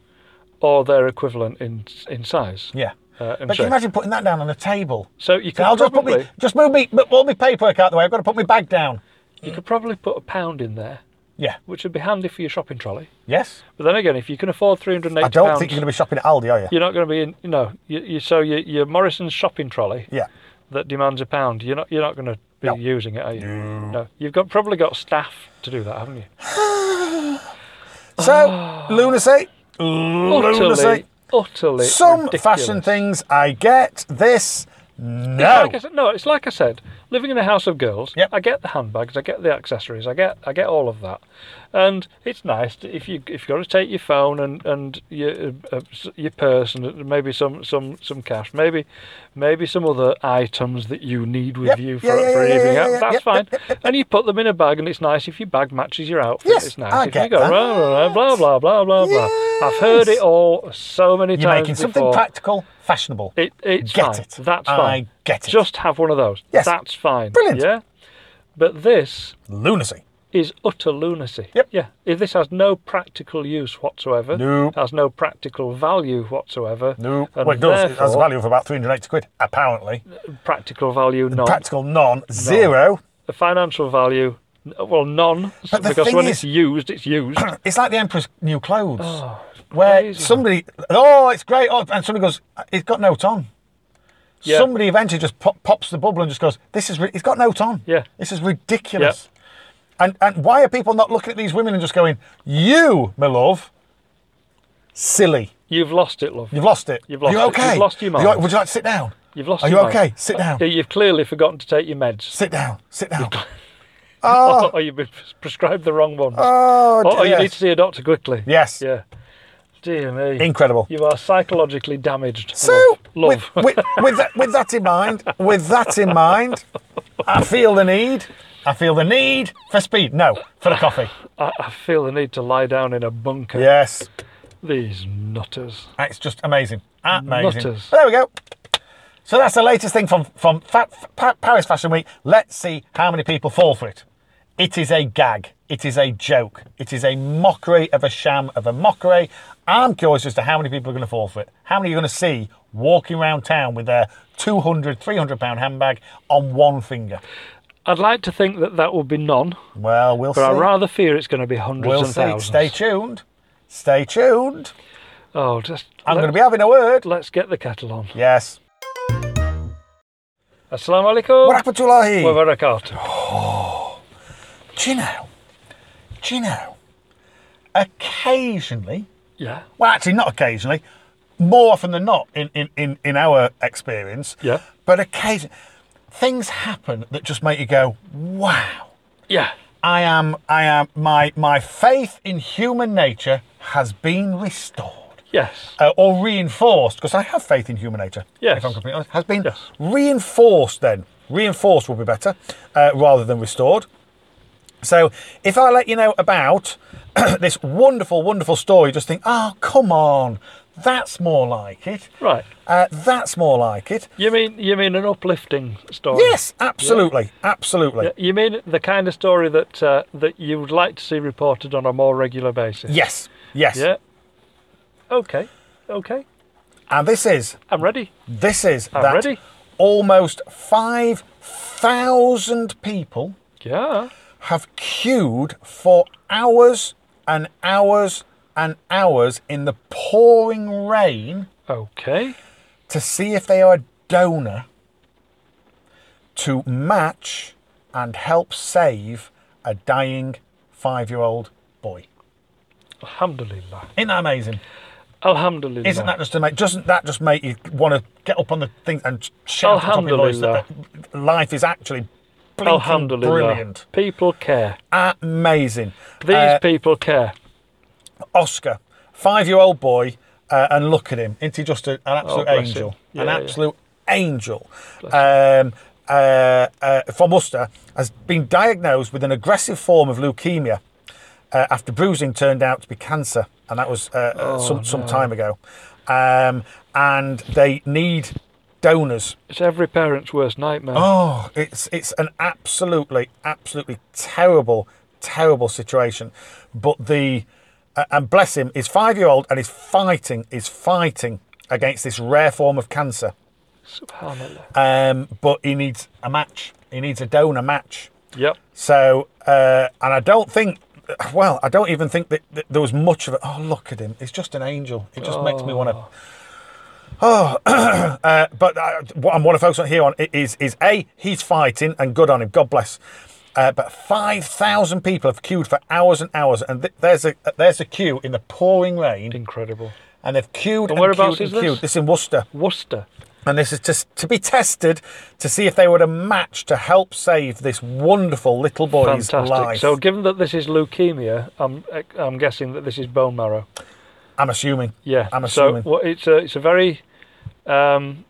or their equivalent in in size.
Yeah.
Uh, in
but can you
shape.
imagine putting that down on a table?
So you could
I'll just put
probably
me, just move me, m- all my paperwork out the way. I've got to put my bag down.
you could probably put a pound in there,
Yeah.
which would be handy for your shopping trolley.
Yes.
But then again, if you can afford three hundred and eighty
I don't
pounds,
think you're going to be shopping at Aldi, are you?
you're not going to be in. You know, you, you, so your your Morrison's shopping trolley
Yeah.
that demands a pound, you're not you're not going to be
No.
using it, are you? No. You've got probably got staff to do that, haven't you?
So lunacy,
Utterly,
lunacy.
utterly.
Some
ridiculous.
fashion things I get. This,
It's
no.
Like I said, no, it's like I said, living in a house of girls,
Yep.
I get the handbags, I get the accessories, I get I get all of that, and it's nice that if you if you've got to take your phone and and your uh, uh, s- your purse and uh, maybe some some some cash, maybe maybe some other items that you need with
Yep.
you for,
Yeah, yeah,
for
yeah, yeah,
evening
yeah,
out.
yeah,
That's
yep,
fine,
yep, yep, yep,
and you put them in a bag, and it's nice if your bag matches your outfit.
Yes,
it's nice
I
if you
get
go
that.
blah blah blah blah blah blah. blah. I've heard
Yes.
it all so many
You're
times
making something
before.
practical, fashionable.
It, it's
Get
fine.
it.
That's
I
fine.
get it.
Just have one of those.
Yes.
That's fine.
Brilliant.
Yeah. But this
lunacy.
is utter lunacy.
Yep.
Yeah. If This has no practical use whatsoever.
Nope.
Has no practical value whatsoever.
No.
And
Well, it does. It has a
therefore,
value of about 380 quid, apparently.
Practical value none.
Practical, none, zero.
the financial value, n- well, none.
But the
because
thing
when
is-
it's used, it's used.
It's like the Emperor's New Clothes,
Oh,
where
crazy.
somebody, oh, it's great, oh, and somebody goes, it's got no on.
Yeah.
Somebody eventually just pop, pops the bubble and just goes, this is, ri- it's got no on.
Yeah.
This is ridiculous. And, and why are people not looking at these women and just going, you, my love, silly.
You've lost it, love.
You've lost it.
You've lost
you
it.
okay?
You've lost your
You-
mind.
would you like to sit down?
You've lost
Are
your
you
mind.
okay? Sit down.
Uh, You've clearly forgotten to take your meds.
Sit down. Sit down.
or you've been prescribed the wrong one.
Oh,
or, or you
yes.
need to see a doctor quickly.
Yes.
Yeah. Dear me.
Incredible.
You are psychologically damaged.
So,
love.
With,
love.
with, with, that, with that in mind, with that in mind, I feel the need. I feel the need for speed. No, for the coffee.
I, I feel the need to lie down in a bunker.
Yes,
These nutters.
it's just amazing. Amazing.
Nutters.
There we go. So that's the latest thing from from fa- Pa- Paris Fashion Week. Let's see how many people fall for it. It is a gag. It is a joke. It is a mockery of a sham of a mockery. I'm curious as to how many people are going to fall for it. How many are you going to see walking around town with their 200, 300 pound handbag on one finger?
I'd like to think that that will be none,
Well, we'll
but I
see.
rather fear it's going to be 100s
we'll
and
see.
thousands.
Stay tuned. Stay tuned.
Oh, just
I'm
let,
going to be having a word.
let's get the kettle on.
Yes.
Assalamu alaikum.
What happened to Lahi?
Wa barakatuh.
Do you know? Do you know? Occasionally,
Yeah.
well, actually, not occasionally, more often than not in, in, in, in our experience,
Yeah.
but occasion things happen that just make you go, wow,
Yeah.
I am, I am, my, my faith in human nature has been restored.
Yes.
uh, or reinforced, because I have faith in human nature,
Yes.
if I'm completely honest, has been
Yes.
reinforced then. Reinforced will be better uh, rather than restored. So if I let you know about this wonderful, wonderful story, just think, oh, come on, that's more like it.
Right.
Uh, that's more like it.
You mean you mean an uplifting story?
Yes, absolutely, absolutely.
You mean the kind of story that uh, that you would like to see reported on a more regular basis?
Yes, yes.
Yeah. Okay. Okay.
And this is
I'm ready.
this is
I'm
that
ready.
almost five thousand people
Yeah.
have queued for hours and hours and hours in the pouring rain
Okay.
to see if they are a donor to match and help save a dying five year old boy.
Alhamdulillah.
Isn't that amazing?
Alhamdulillah.
Isn't that just to make? Doesn't that just make you want to get up on the thing and shout at the top of your voice that that life is actually blinking
Alhamdulillah.
brilliant,
People care.
amazing?
These
Uh,
people care.
Oscar, five-year-old boy, uh, and look at him. Isn't he just a, an absolute
Oh, bless
angel?
him. Yeah,
an
yeah.
absolute angel. Um, uh, uh, from Ulster has been diagnosed with an aggressive form of leukemia uh, after bruising turned out to be cancer, and that was uh, uh,
Oh,
some some time ago. Um, and they need donors.
It's every parent's worst nightmare.
Oh, it's it's an absolutely absolutely terrible terrible situation. But the uh, and bless him, his five year old and is fighting is fighting against this rare form of cancer.
Subhanallah.
Um, but he needs a match. He needs a donor match.
Yep.
So, uh, and I don't think, well, I don't even think that, that there was much of it. Oh, look at him. He's just an angel. It just makes me want to. Oh, uh, but uh, what I want to focus on here on i- is is a he's fighting and good on him. God bless. Uh, but five thousand people have queued for hours and hours, and th- there's a there's a queue in the pouring rain,
Incredible.
and they've queued and,
whereabouts
queued and
is this?
queued. This in Worcester
Worcester.
and this is just to be tested to see if they were a match to help save this wonderful little boy's
Fantastic.
life.
So, given that this is leukemia, I'm I'm guessing that this is bone marrow.
I'm assuming.
Yeah.
I'm assuming.
So, what- it's a it's a very, um,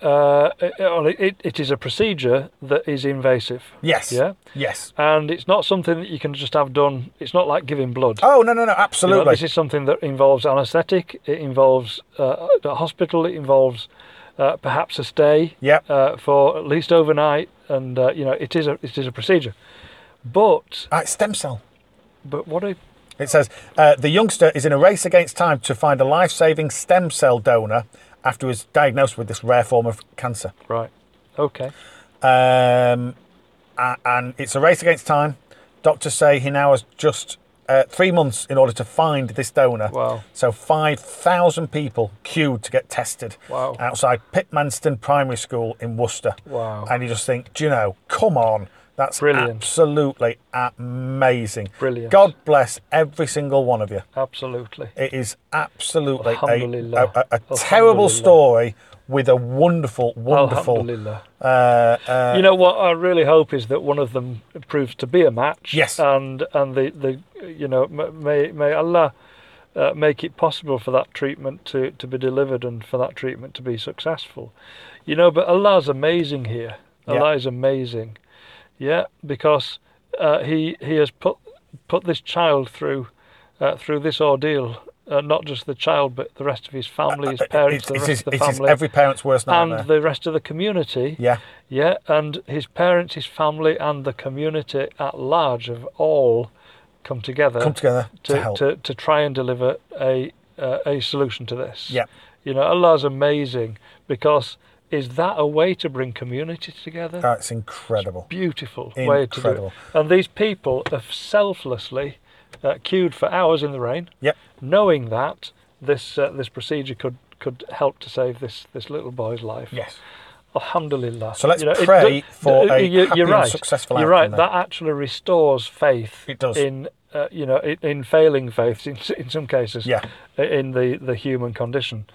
uh, it, well, it, it is a procedure that is invasive,
yes.
yeah.
Yes.
and it's not something that you can just have done. It's not like giving blood.
Oh no no no!
You know,
Absolutely.
this is something that involves anaesthetic. It involves uh, a hospital. It involves uh, perhaps a stay
Yep.
uh, for at least overnight, and uh, you know it is a it is a procedure. But
Ah, it's stem cell.
but what a
It says uh, the youngster is in a race against time to find a life-saving stem cell donor after he was diagnosed with this rare form of cancer.
right? Okay.
Um, a- and it's a race against time. Doctors say he now has just uh, three months in order to find this donor.
Wow.
So 5,000 people queued to get tested
Wow.
outside Pitmanston Primary School in Worcester.
Wow.
And you just think, do you know, come on. That's
Brilliant.
absolutely amazing.
Brilliant.
God bless every single one of you.
Absolutely.
It is absolutely a- a,
Alhamdulillah.
a, a terrible
Alhamdulillah.
story with a wonderful, wonderful.
Alhamdulillah.
Uh, uh,
you know what I really hope is that one of them proves to be a match.
Yes.
And and the, the you know m- may may Allah uh, make it possible for that treatment to to be delivered and for that treatment to be successful. You know, but Allah's amazing here.
Yeah.
Allah is amazing. Yeah, because uh, he he has put put this child through uh, through this ordeal. Uh, not just the child, but the rest of his family,
Uh,
his parents,
It's,
the
it's,
rest
his-
of the
it's his
family,
every parent's worst
and
nightmare.
the rest of the community.
yeah,
Yeah, and his parents, his family, and the community at large have all come together
come together to,
to,
help.
to, to try and deliver a uh, a solution to this.
yeah,
you know, Allah's amazing because is that a way to bring community together?
that's incredible.
Beautiful way to do
Uh, Incredible.
it. And these people have selflessly uh, queued for hours in the rain,
Yep,
knowing that this uh, this procedure could could help to save this this little boy's life.
yes.
Alhamdulillah.
So let's
it
pray
do-
for a
you-
happy
you're
and
right.
successful
You're
outcome
right.
then.
That actually restores faith.
It does.
In uh, you know, in, in failing faith, in, s- in some cases,
Yeah.
in the the human condition.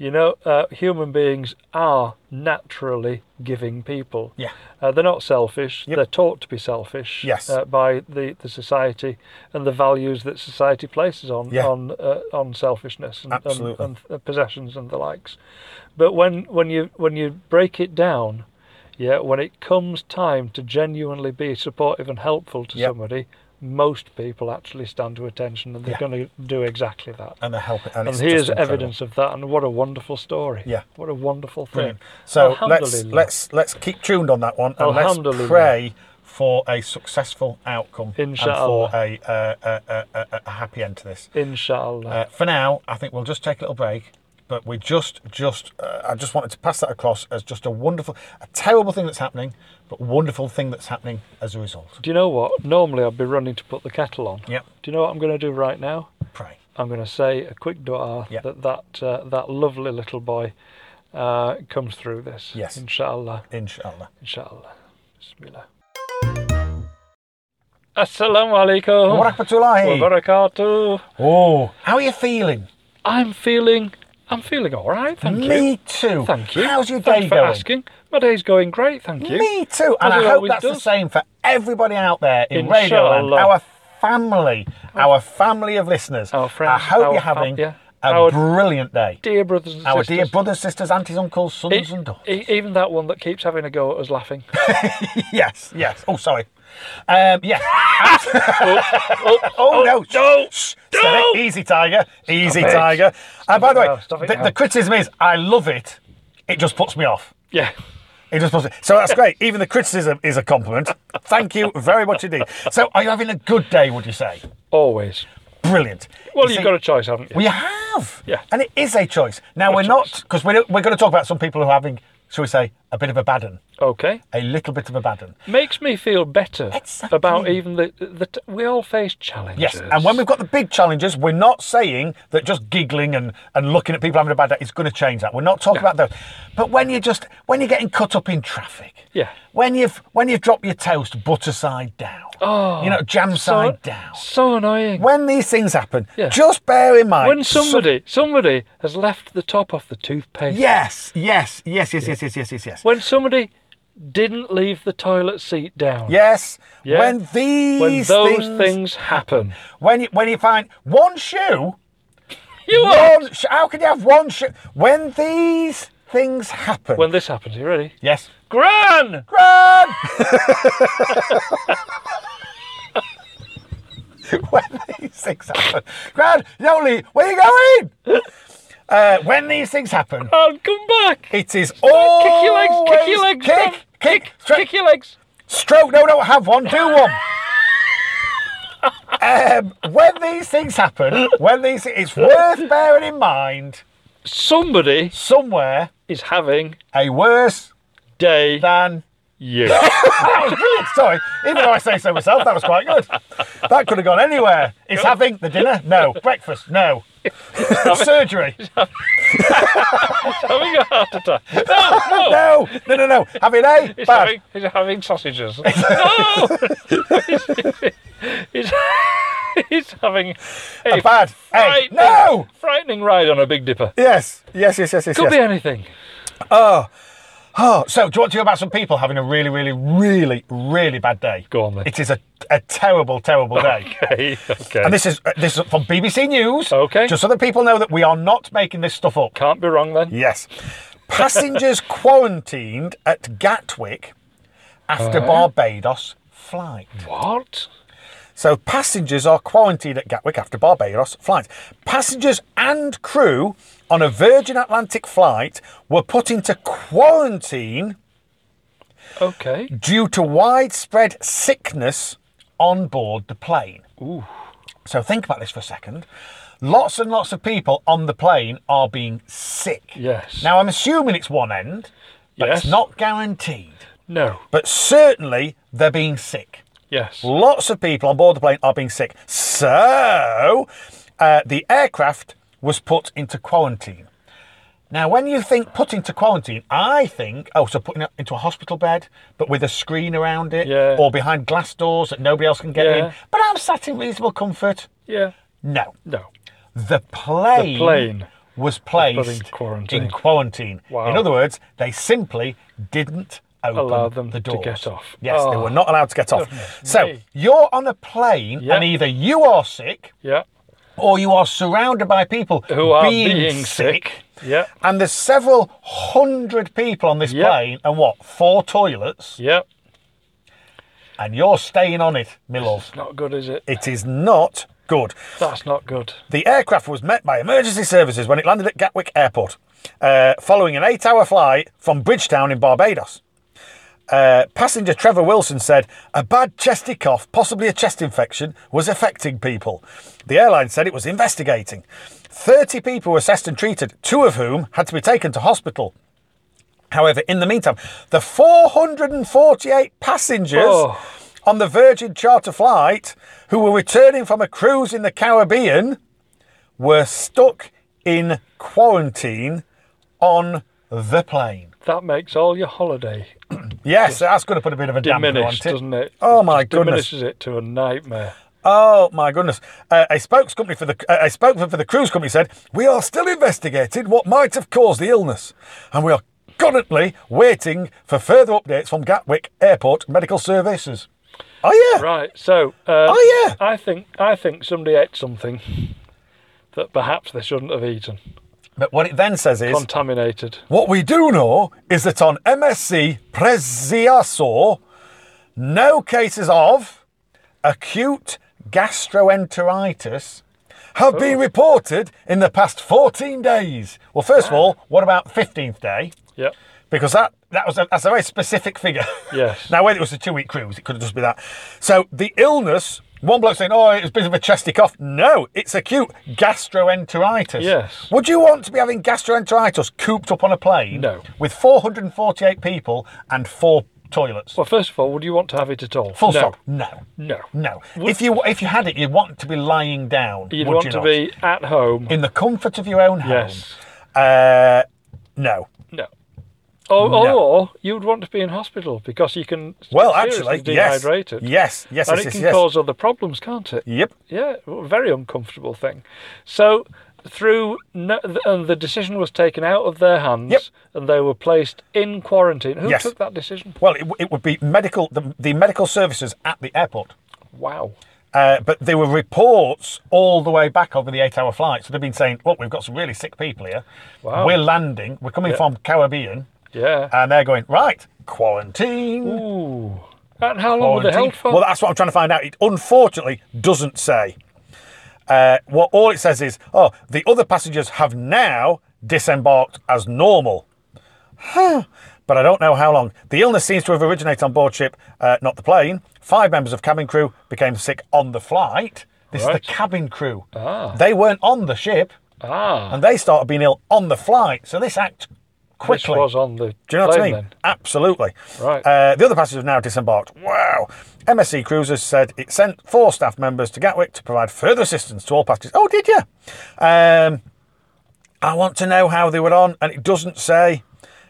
You know, uh, human beings are naturally giving people.
Yeah.
Uh, they're not selfish.
Yep.
They're taught to be selfish.
Yes.
Uh, by the, the society and the values that society places on
Yeah.
on uh, on selfishness and, and,
Absolutely.
and uh, possessions and the likes. But when when you when you break it down, Yeah, when it comes time to genuinely be supportive and helpful to
Yep.
somebody, most people actually stand to attention and they're
Yeah.
going to do exactly that.
and the help. And,
And
it's
here's
just incredible.
evidence of that, and what a wonderful story.
Yeah.
What a wonderful thing.
Brilliant. Mm. So let's
Alhamdulillah.
let's let's keep tuned on that one, and let's
Alhamdulillah.
pray for a successful outcome
Insha'Allah.
and for a, uh, a, a, a, a happy end to this.
Inshallah.
Uh, for now, I think we'll just take a little break. But we just, just, uh, I just wanted to pass that across as just a wonderful, a terrible thing that's happening, but wonderful thing that's happening as a result.
do you know what? Normally I'd be running to put the kettle on.
Yep.
Do you know what I'm going to do right now?
Pray.
I'm going to say a quick dua
Yep.
that that, uh, that lovely little boy uh, comes through this.
Yes.
Inshallah.
Inshallah.
Inshallah. Bismillah. Assalamu alaikum.
Wa rahmatullahi.
Wa barakatuh.
Oh, how are you feeling?
I'm feeling, I'm feeling all right. Thank you.
Me too.
Thank you.
How's your day
Thanks for
going?
asking. My day's going great. Thank you.
Me too. And
As
I
it
hope
always
that's the
does.
same for everybody out there in Radio Land.
Inshallah.
Our family, our family of listeners.
Our friends,
I hope
our
you're having
fam- yeah.
a
Our-
brilliant day.
Dear brothers and
Our
sisters.
dear brothers, sisters, aunties, uncles, sons,
E-
and daughters.
e- even that one that keeps having a go at us laughing.
yes, yes. Oh, sorry. Um, yeah.
oh,
Oh, no.
no.
Shh. Steady.
No.
Easy, Tiger. Easy,
it.
Tiger. And by
it
the way,
now, stop it
the,
now.
the criticism is I love it. It just puts me off.
Yeah.
It just puts me. So that's great. Even the criticism is a compliment. Thank you very much indeed. So, are you having a good day? Would you say?
Always.
Brilliant.
Well, you
You see,
have got a choice, haven't you?
We have.
Yeah.
And it is a choice. Now, we're not, because we're, we're going to talk about some people who are having, shall we say, a bit of a bad un,
okay.
a little bit of a bad un.
Makes me feel better
Exactly.
about even the, the t- we all face challenges.
Yes. And when we've got the big challenges, we're not saying that just giggling and, and looking at people having a bad day is going to change that. We're not talking
No.
about those. But when you're just, when you're getting cut up in traffic,
Yeah.
when you've when you've dropped your toast butter side down,
Oh,
you know, jam
so,
side down.
So annoying.
When these things happen,
Yeah.
just bear in mind
When
some-
somebody somebody has left the top off the toothpaste.
Yes, yes, yes, yes, yes, yes, yes, yes, yes.
When somebody didn't leave the toilet seat down.
Yes.
Yeah.
When these
When those
things,
things, happen.
when you, when you find one shoe,
You are.
one sh- how can you have one shoe? When these things happen,
When this happens, you ready?
yes,
Gran!
run. when these things happen, Grand Yoli, where you going? Uh, when these things happen,
Gran, come back!
it is all
Kick your legs, kick your legs,
kick,
Gran.
kick,
kick,
stra-
kick your legs.
Stroke, no, don't have one, do one. um, when these things happen, when these, it's worth bearing in mind
Somebody
somewhere
is having
a worse
day
than.
you.
That was brilliant. Sorry, even though I say so myself, that was quite good. That could have gone anywhere. It's having the dinner? No. Breakfast? No. Surgery?
having a heart attack.
No. No. No. No. Having a
He's
bad.
having, he's having sausages. no! he's, he's having a,
A bad. Hey.
frightening,
No.
frightening ride on a Big Dipper.
Yes. Yes. Yes. Yes. Yes.
Could
yes.
be anything.
Oh, so do you want to hear about some people having a really, really, really, really bad day?
Go on then.
It is a, a terrible, terrible day.
Okay, okay.
And this is uh, this is from BBC News.
Okay.
Just so that people know that we are not making this stuff up.
Can't be wrong then.
Yes. Passengers quarantined at Gatwick after Barbados flight.
What?
So passengers are quarantined at Gatwick after Barbados flight. Passengers and crew on a Virgin Atlantic flight were put into quarantine
Okay.
due to widespread sickness on board the plane. So think about this for a second. Lots and lots of people on the plane are being sick.
Yes.
Now I'm assuming it's one end, but it's
Yes.
not guaranteed.
No.
But certainly they're being sick.
Yes.
Lots of people on board the plane are being sick. So uh, the aircraft was put into quarantine. Now, when you think put into quarantine, I think, oh, so putting it into a hospital bed, but with a screen around it,
Yeah.
or behind glass doors that nobody else can get in.
Yeah.
But I'm sat in reasonable comfort.
Yeah.
No.
No.
The plane,
plane
was placed
in quarantine.
in quarantine.
Wow.
In other words, they simply didn't open
Allow them
the
to
doors.
get off.
Yes, they
Ah.
were not allowed to get off. So
me.
you're on a plane,
Yeah.
and either you are sick
Yeah.
or you are surrounded by people
Who are being sick. Yeah.
And there's several hundred people on this
Yep.
plane, and what four toilets,
Yep.
and you're staying on it, my love.
Not good, is it?
It is not good.
That's not good.
The aircraft was met by emergency services when it landed at Gatwick Airport, uh, following an eight hour flight from Bridgetown in Barbados. Uh, passenger Trevor Wilson said a bad chesty cough, possibly a chest infection, was affecting people. The airline said it was investigating. 30 people were assessed and treated, two of whom had to be taken to hospital. However, in the meantime, the 448 passengers
Oh.
on the Virgin charter flight who were returning from a cruise in the Caribbean were stuck in quarantine on the plane.
That makes all your holiday
Yes, that's going to put a bit of a damper on
diminished,
it.
doesn't it?
Oh,
It
my
just
goodness.
Diminishes it to a nightmare.
Oh my goodness! Uh, a spokes company for the uh, a spokesman for the cruise company said we are still investigating what might have caused the illness, and we are currently waiting for further updates from Gatwick Airport Medical Services. Oh yeah,
Right. So. Uh,
Oh, yeah.
I think I think somebody ate something that perhaps they shouldn't have eaten.
but what it then says is
Contaminated.
What we do know is that on MSC Preziasor, no cases of acute gastroenteritis have been reported in the past 14 days. Well, first of all, what about 15th day?
Yep.
Because that, that was a, that's a very specific figure.
Yes.
now, whether it was a two week cruise, it could have just been that. So the illness, one bloke saying, oh, it was a bit of a chesty cough. No, it's acute gastroenteritis.
Yes.
Would you want to be having gastroenteritis cooped up on a plane?
No.
With 448 people and four toilets?
Well, first of all, would you want to have it at all?
Full
no.
stop. No.
No.
No. If you if you had it, you'd want to be lying down.
You'd
would
want
you
to
not?
be at home.
in the comfort of your own home.
Yes.
Uh, no.
No. Or,
No.
or you would want to be in hospital because you can
Well,
get
actually,
seriously
yes.
dehydrated.
Yes. Yes.
and
yes.
it can
yes.
cause other problems, can't it?
Yep.
Yeah, well, very uncomfortable thing. So through no, th- and the decision was taken out of their hands,
Yep.
and they were placed in quarantine. Who
Yes.
took that decision?
Well, it, w- it would be medical the, the medical services at the airport,
Wow.
uh, but there were reports all the way back over the eight-hour flight. So they've been saying, "Look, we've got some really sick people here.
Wow.
We're landing. We're coming from Caribbean,
Yeah.
and they're going right quarantine."
Ooh. And how long were they
quarantine."
held for?
Well, that's what I'm trying to find out. It unfortunately doesn't say. Uh, what all it says is, "Oh, the other passengers have now disembarked as normal." but I don't know how long. The illness seems to have originated on board ship, uh, not the plane. Five members of cabin crew became sick on the flight. This is
Right.
the cabin crew. They weren't on the ship,
ah,
and they started being ill on the flight. So this act
this
quickly.
was on the
Do you know what I
plane
mean? Absolutely.
Right.
Uh, the other passengers have now disembarked. Wow. MSC Cruises said it sent four staff members to Gatwick to provide further assistance to all passengers. Oh, did you? Um, I want to know how they were on, and it doesn't say.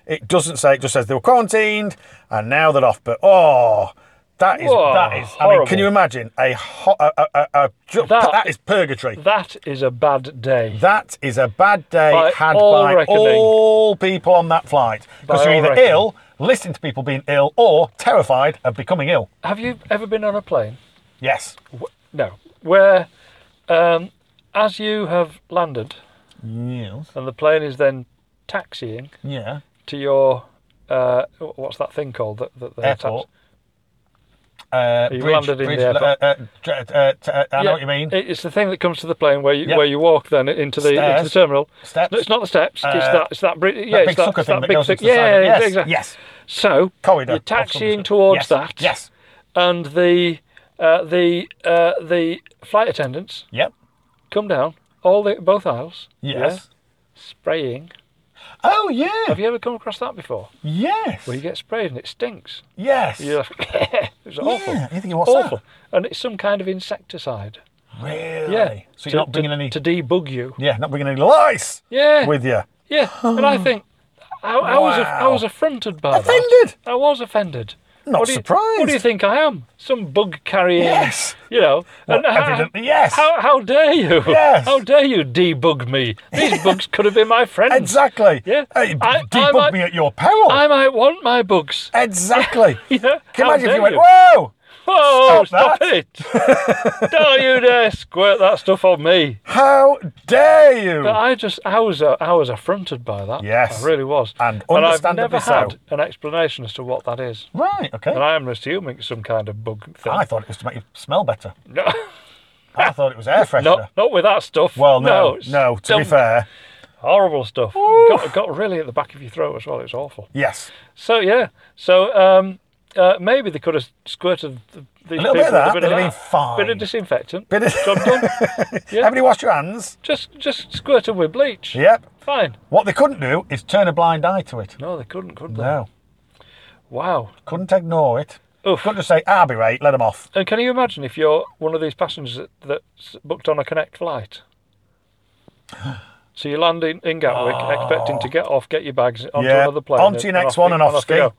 It doesn't say. It just says they were quarantined, and now they're off. But oh, that is
Whoa,
that is. I mean,
horrible.
can you imagine a, ho- a, a, a, a ju-
That-
that is purgatory.
then. That is a bad day.
That is a bad day
By
had
all
by
reckoning.
all people on that flight. Because
By
you're
all
either
reckoning.
ill, listening to people being ill, or terrified of becoming ill.
Have you ever been on a plane?
Yes.
Wh- No. Where, um, as you have landed
Yes.
and the plane is then taxiing
Yeah.
to your uh, wh- what's that thing called that, that they
Airport.
attach-
Uh,
You landed in the airport.
Uh, uh, dr- uh, t- uh, I know
Yeah,
what you mean.
it- It's the thing that comes to the plane where you
Yeah.
where you walk then into the into the
Stairs.
terminal.
Steps.
No, it's not the steps. it's
Uh,
that it's that bri- yeah,
that
it's
big
that,
sucker
it's
thing
that
that
big
goes
thing.
into the
Yeah,
side of it.
yeah,
Yes,
exactly.
yes.
So
Corridor.
you're
of some
taxiing
sort.
towards
Yes,
that.
Yes.
And the uh, the uh, the flight attendants
Yep.
come down all the both aisles.
Yes.
yeah, spraying.
Oh, yeah.
Have you ever come across that before?
Yes.
Where you get sprayed and it stinks.
yes.
You're like, it was awful.
Yeah. You thinking, what's
awful. And it's some kind of insecticide.
that? Really?
Yeah. to-
So you're not
to-
bringing any.
to debug you.
yeah, not bringing any lice
Yeah.
with you.
yeah. And I think I, I was I
Oh. Wow.
was affronted by
Offended.
that. I was offended.
Not
what do you-
surprised.
What do you think I am? Some bug carrying.
Yes.
You know.
Well,
how-
evidently, yes.
How, how dare you?
Yes.
How dare you debug me? These bugs could have been my friends.
Exactly.
Yeah.
Hey, b-
I- I
debug
might-
me at your peril.
I might want my bugs.
Exactly.
Yeah.
Can you
how
imagine if
dare
you went, whoa,
Oh,
Stop
stop, it! Don't you dare squirt that stuff on me.
How dare you?
But I just, I was, uh, I was affronted by that.
Yes.
I really was.
And
I've
understandably
never
so.
had an explanation as to what that is.
right, okay.
And I am assuming it's some kind of bug thing.
I thought it was to make you smell better.
No,
I thought it was air freshener.
not, not with that stuff.
Well, no,
it's
no. To be
dumb,
fair,
horrible stuff. Got, got really at the back of your throat as well. It's awful.
yes.
So yeah, so um, uh, maybe they could have squirted th- these people
little bit of that,
with
they'd
a bit of
have been fine.
Bit of disinfectant.
Bit of-
Job done. Yeah.
Everybody wash your hands.
Just just squirt them with bleach.
Yep.
Fine.
What they couldn't do is turn a blind eye to it.
No, they couldn't, could they?
No,
Wow.
couldn't ignore it.
Oof.
Couldn't just say, "I'll be right." Let them off.
And can you imagine if you're one of these passengers that, that's booked on a Connect flight? So you land in, in Gatwick, expecting to get off, get your bags onto
Ah. Yeah.
another plane.
On to
and-
your
and
next
off
one
you-
and off
you
ski.
go.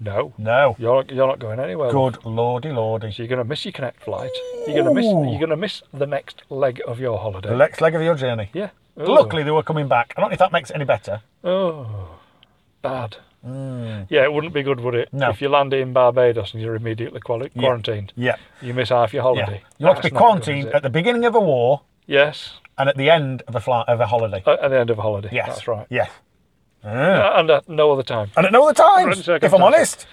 No,
No.
you're not, you're not going anywhere.
Good lordy, lordy.
So you're going to miss your Connect flight. You're going to miss
Ooh.
you're going to miss the next leg of your holiday.
The next leg of your journey.
yeah. Ooh.
Luckily, they were coming back. I don't know if that makes it any better.
Oh, bad. Yeah, it wouldn't be good, would it?
Mm. No.
If you land in Barbados and you're immediately quali- quarantined,
Yeah.
you miss half your
Yeah.
holiday.
You want
That's not
to be
good,
quarantined
is it?
at the beginning of a war
yes,
and at the end of a flight of a holiday.
uh, at at the end of a holiday.
yes.
Oh, that's right.
Yes.
And at no other time.
And at no other
Current
times, if I'm honest.
circumstances.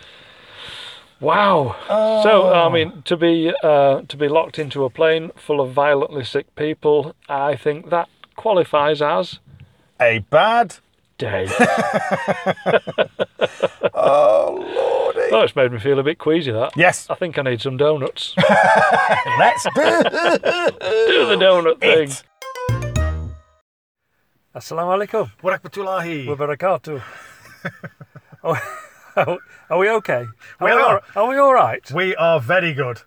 Wow. Oh. So I mean, to be uh, to be locked into a plane full of violently sick people, I think that qualifies as
A bad.
day.
Oh, lordy.
oh, it's made me feel a bit queasy. That.
Yes.
I think I need some donuts.
Let's do
Do the donut thing.
it.
Assalamu alaikum.
Warakmatullahi.
Wabarakatuh. oh, are we okay? Are
We
we
are.
all- Are we all right?
We are very good.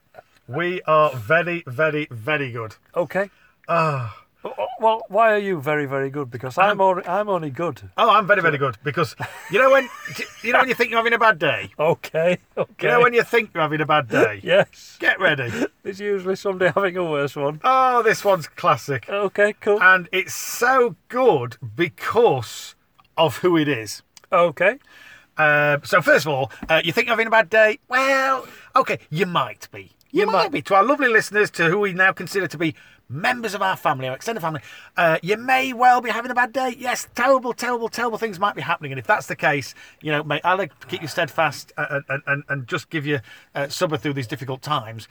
We are very, very, very good.
Okay. Ah. Well, why are you very, very good? Because I'm only, I'm only good.
Oh, I'm very, very good because you know when you know when you think you're having a bad day.
Okay. Okay.
You know when you think you're having a bad day.
yes.
Get ready.
There's usually somebody having a worse one.
Oh, this one's classic,
Okay. Cool.
and it's so good because of who it is.
Okay.
Um, so first of all, uh, you think you're having a bad day? Well, okay, you might be. You, might, be. To our lovely listeners, to who we now consider to be members of our family, our extended family, uh, you may well be having a bad day. Yes, terrible, terrible, terrible things might be happening. And if that's the case, you know, mate, I'll keep you steadfast uh, and, and, and just give you uh, supper through these difficult times.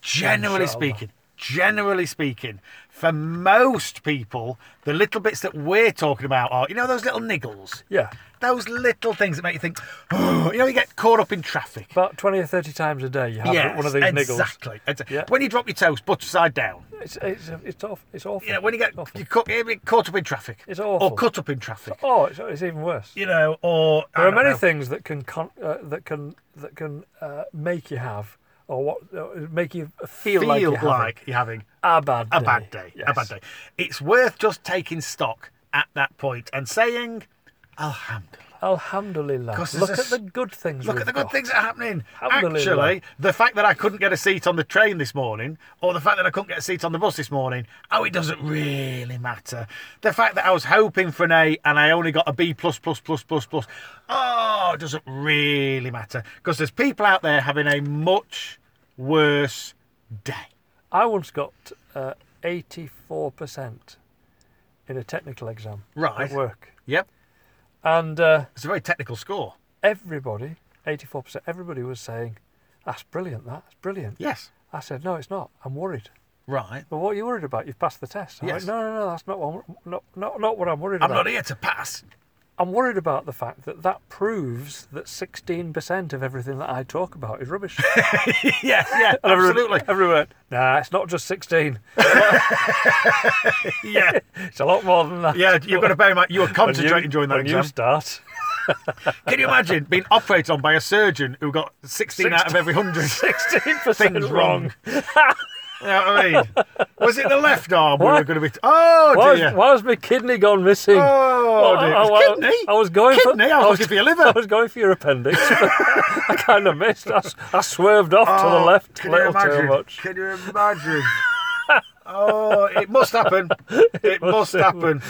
Generally speaking, generally speaking, for most people, the little bits that we're talking about are, you know, those little niggles.
Yeah.
Those little things that make you think, oh, you know, you get caught up in traffic.
About 20 or 30 times a day you have
Yes,
one of these niggles.
exactly. Exa-
Yeah.
When you drop your toast butter side down,
It's, it's, it's, awful. it's awful.
you know, when you get
Awful.
you cut, you get caught up in traffic,
It's awful.
or cut up in traffic,
Oh, it's, it's even worse.
you know, or I
There are
don't
many
know.
things that can con- uh, that can that can uh, make you have or what uh, make you feel,
feel
like,
like
you're
you're,
having
having
a bad day.
a bad day, a bad
Yes.
day. It's worth just taking stock at that point and saying, Alhamdulillah.
Alhamdulillah.
'Cause
Look
there's
at
a
the
s-
good things.
Look
we've
at the good
got.
things that are happening.
Alhamdulillah.
Actually, the fact that I couldn't get a seat on the train this morning, or the fact that I couldn't get a seat on the bus this morning, oh, it doesn't really matter. The fact that I was hoping for an A and I only got a B plus plus plus plus plus, oh, it doesn't really matter because there's people out there having a much worse day.
I once got uh, 84% in a technical exam
Right.
at work,
Yep,
and uh,
it's a very technical score.
everybody, 84%, everybody was saying, "That's brilliant. That's brilliant."
Yes,
I said, "No, it's not. I'm worried."
right.
Well, what are you worried about? You've passed the test. I went,
Yes.
no, no, no, that's not what I'm, not, not, not what I'm worried
I'm
about.
not e-" here to pass.
I'm worried about the fact that that proves that 16% of everything that I talk about is rubbish.
yeah, yeah,
And everyone-
absolutely.
Everyone, went, nah, it's not just 16.
Yeah,
It's a lot more than that.
yeah. You've got to bear in mind you were
When you-
concentrating during that
when
exam.
you start.
Can you imagine being operated on by a surgeon who got 16 out of every 100?
16%
Things
wrong.
You know what I mean? Was it the left arm we were
What?
going to be. Oh,
Why
dear.
has, why has my kidney gone missing?
Oh,
Well,
dear.
I-
It
I-
was kidney.
I was going for-
kidney. I was
I was-
looking for your
I
liver.
was going for your appendix. but I kind of missed. I, s- I swerved off to the
Oh,
left a
Can you
little
imagine?
too much.
Can you imagine? Oh, it must happen. It, must,
must Oh.
happen.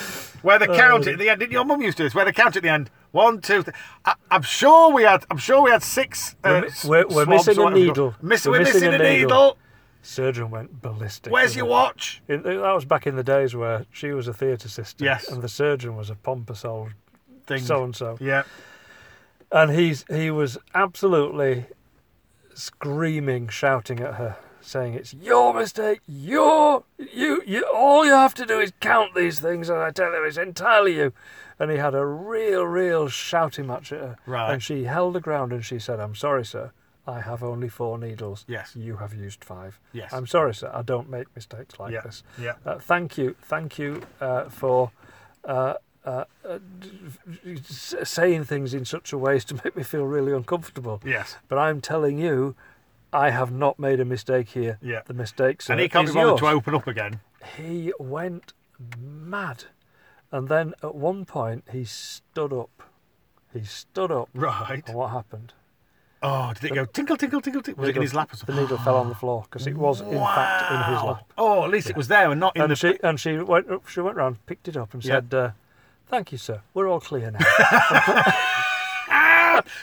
Where the count at the end. Didn't your mum used to do this? Where the count at the end. One, two. Th- I, I'm sure we had. I'm sure we had six.
We're
Uh,
mi- we're- we're
swabs or
missing a
whatever you
needle.
call- Miss, we're,
We're
missing,
missing
a
a
needle.
needle. Surgeon went ballistic.
Where's
with
your
it.
watch?
It- that was back in the days where she was a theatre assistant,
Yes.
and the surgeon was a pompous old
Thing.
so and so,
Yeah.
and he's he was absolutely screaming, shouting at her, saying, "It's your mistake. Your you you. All you have to do is count these things, and I tell you, it's entirely you." And he had a real, real shouting match at her,
Right.
and she held the ground and she said, "I'm sorry, sir." I have only four needles.
Yes.
You have used five.
Yes.
I'm sorry, sir. I don't make mistakes like
Yeah.
this.
Yeah.
Uh, thank you, thank you uh, for uh, uh, uh, d- d- s- saying things in such a way as to make me feel really uncomfortable.
Yes.
But I'm telling you, I have not made a mistake here.
Yeah.
The mistake, sir,
And he can't
is
be bothered
yours.
to open up again.
He went mad, and then at one point he stood up. He stood up.
Right.
And what happened?
Oh, did it go tinkle, tinkle, tinkle, tinkle? Was it in
Needle-
his lap or
The
something?
needle fell on the floor because it was, in fact, in his
Wow.
lap.
Oh, at least it was there and not in
and
the.
she and she went oh, she went round, picked it up, and
Yeah.
said, uh, "Thank you, sir. We're all clear now."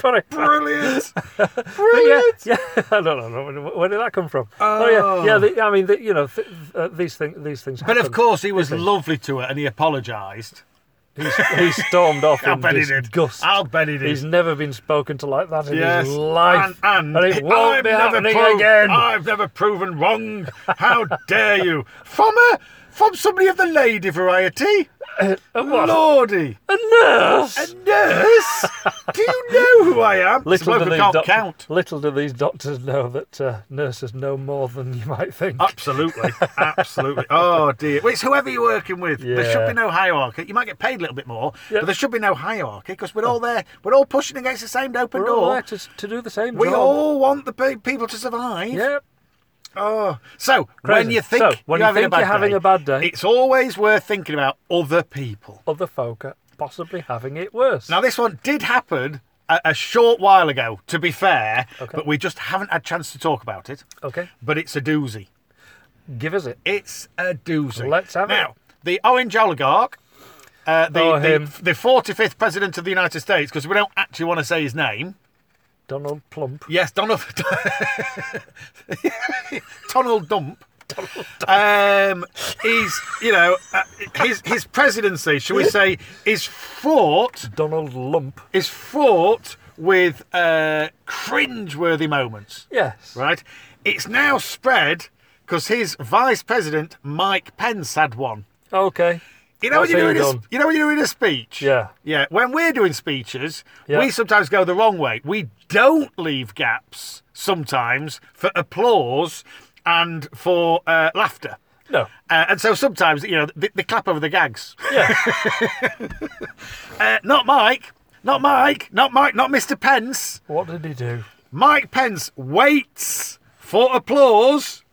Sorry.
Brilliant.
But
Brilliant.
yeah, yeah. I don't know where did that come from. Oh, yeah, yeah. The, I mean, the, you know, th- uh, these things, these things.
But of
happen.
course, he was lovely to her and he apologised.
he, he stormed off
I'll
in
bet he did.
disgust.
I'll bet he did.
He's never been spoken to like that in
Yes,
his life,
and, and,
it won't
I've
be
never
happening
proved-
again.
I've never proven wrong. How dare you? From a from somebody of the lady variety. uh,
what?
Lordy,
A nurse.
a nurse. Do you know who I am?
Little do,
Smoker
these
can't
doc-
count.
little do these doctors know that uh, nurses know more than you might think.
Absolutely, absolutely. Oh dear. Well, it's whoever you're working with. There should
Yeah.
be no hierarchy. You might get paid a little bit more, but
Yeah.
there should be no hierarchy because we're all there. We're all pushing against the same open
We're
door.
all there to, s- to do the same
We
job.
all want the pe- people to survive.
Yep.
Oh, so when
Crazy.
you think,
So, when
you're,
you think
having, a bad
you're having
day,
a bad day-
it's always worth thinking about other people.
other folk are possibly having it worse.
Now, this one did happen a, a short while ago, to be fair,
Okay. Oh.
but we just haven't had a chance to talk about it.
okay,
But it's a doozy.
give us it.
It's a doozy.
Let's have it.
now, the orange oligarch, uh, the,
Oh,
the,
him.
the 45th president of the United States, because we don't actually want to say his name.
Donald Plump.
Yes, Donald. Donald Dump. Um, he's, you know, uh, his his presidency, shall we say, is fraught
Donald Lump.
is fraught with uh, cringeworthy moments.
Yes.
Right, it's now spread because his vice president Mike Pence had one.
Okay.
You know, when
What's
you're
he
doing a,
done?
you know when you're doing a speech?
Yeah.
Yeah. When we're doing speeches,
Yeah.
we sometimes go the wrong way. We don't leave gaps sometimes for applause and for uh, laughter.
No.
Uh, and so sometimes, you know, they, they clap over the gags.
Yeah.
Uh, not Mike. Not Mike. Not Mike. Not Mr. Pence.
what did he do?
Mike Pence waits for applause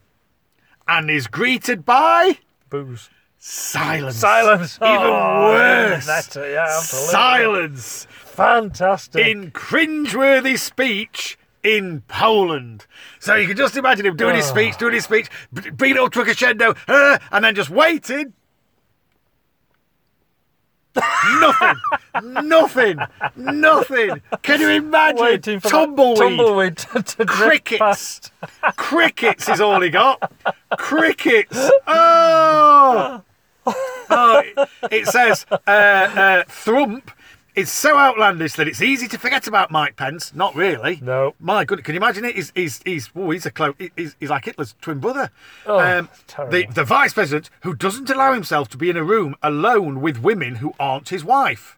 and is greeted by
Booze.
silence.
Silence.
Even
Oh,
worse.
that's- yeah, absolutely.
silence.
Fantastic.
in cringeworthy speech in Poland. So you can just imagine him doing his
Oh.
speech, doing his speech, b- bringing it all to a crescendo, uh, and then just waiting. nothing, nothing, nothing. Can you imagine?
Waiting for that
tumbleweed,
tumbleweed to, to drift past.
crickets, crickets is all he got. Crickets. Oh, oh it, it says uh, uh, Thrump is so outlandish that it's easy to forget about Mike Pence. Not really.
No.
My goodness, can you imagine it? He's he's he's oh, he's a clone. He's, he's like Hitler's twin brother. Um,
Oh,
the
terrible.
the vice president who doesn't allow himself to be in a room alone with women who aren't his wife.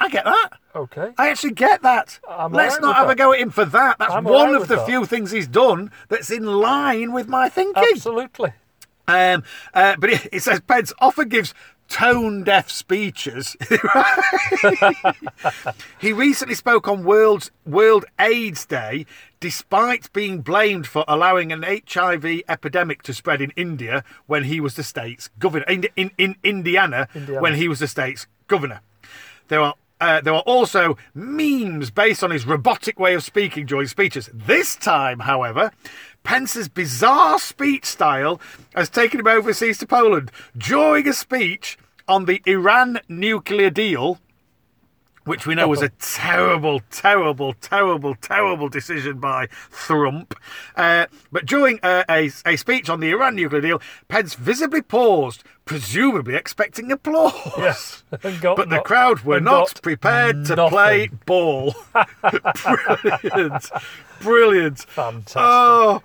I get that.
Okay.
I actually get that.
I'm
Let's
alright
not
with
have a
that.
go at him for that. That's
I'm
one
alright
of
with
the
that.
few things he's done that's in line with my thinking.
Absolutely.
Um, uh, but it, it says Pence often gives tone deaf speeches. he recently spoke on World's, World AIDS Day despite being blamed for allowing an HIV epidemic to spread in India when he was the state's governor. In, in, in Indiana,
Indiana.
when he was the state's governor. There are Uh, there were also memes based on his robotic way of speaking during speeches. This time, however, Pence's bizarre speech style has taken him overseas to Poland. During a speech on the Iran nuclear deal, which we know was a terrible, terrible, terrible, terrible decision by Trump. Uh, but during uh, a, a speech on the Iran nuclear deal, Pence visibly paused, presumably expecting applause.
Yes. And got
but the
not-
crowd were
and
not
got
prepared to
nothing.
play ball. Brilliant. Brilliant.
Fantastic.
Oh,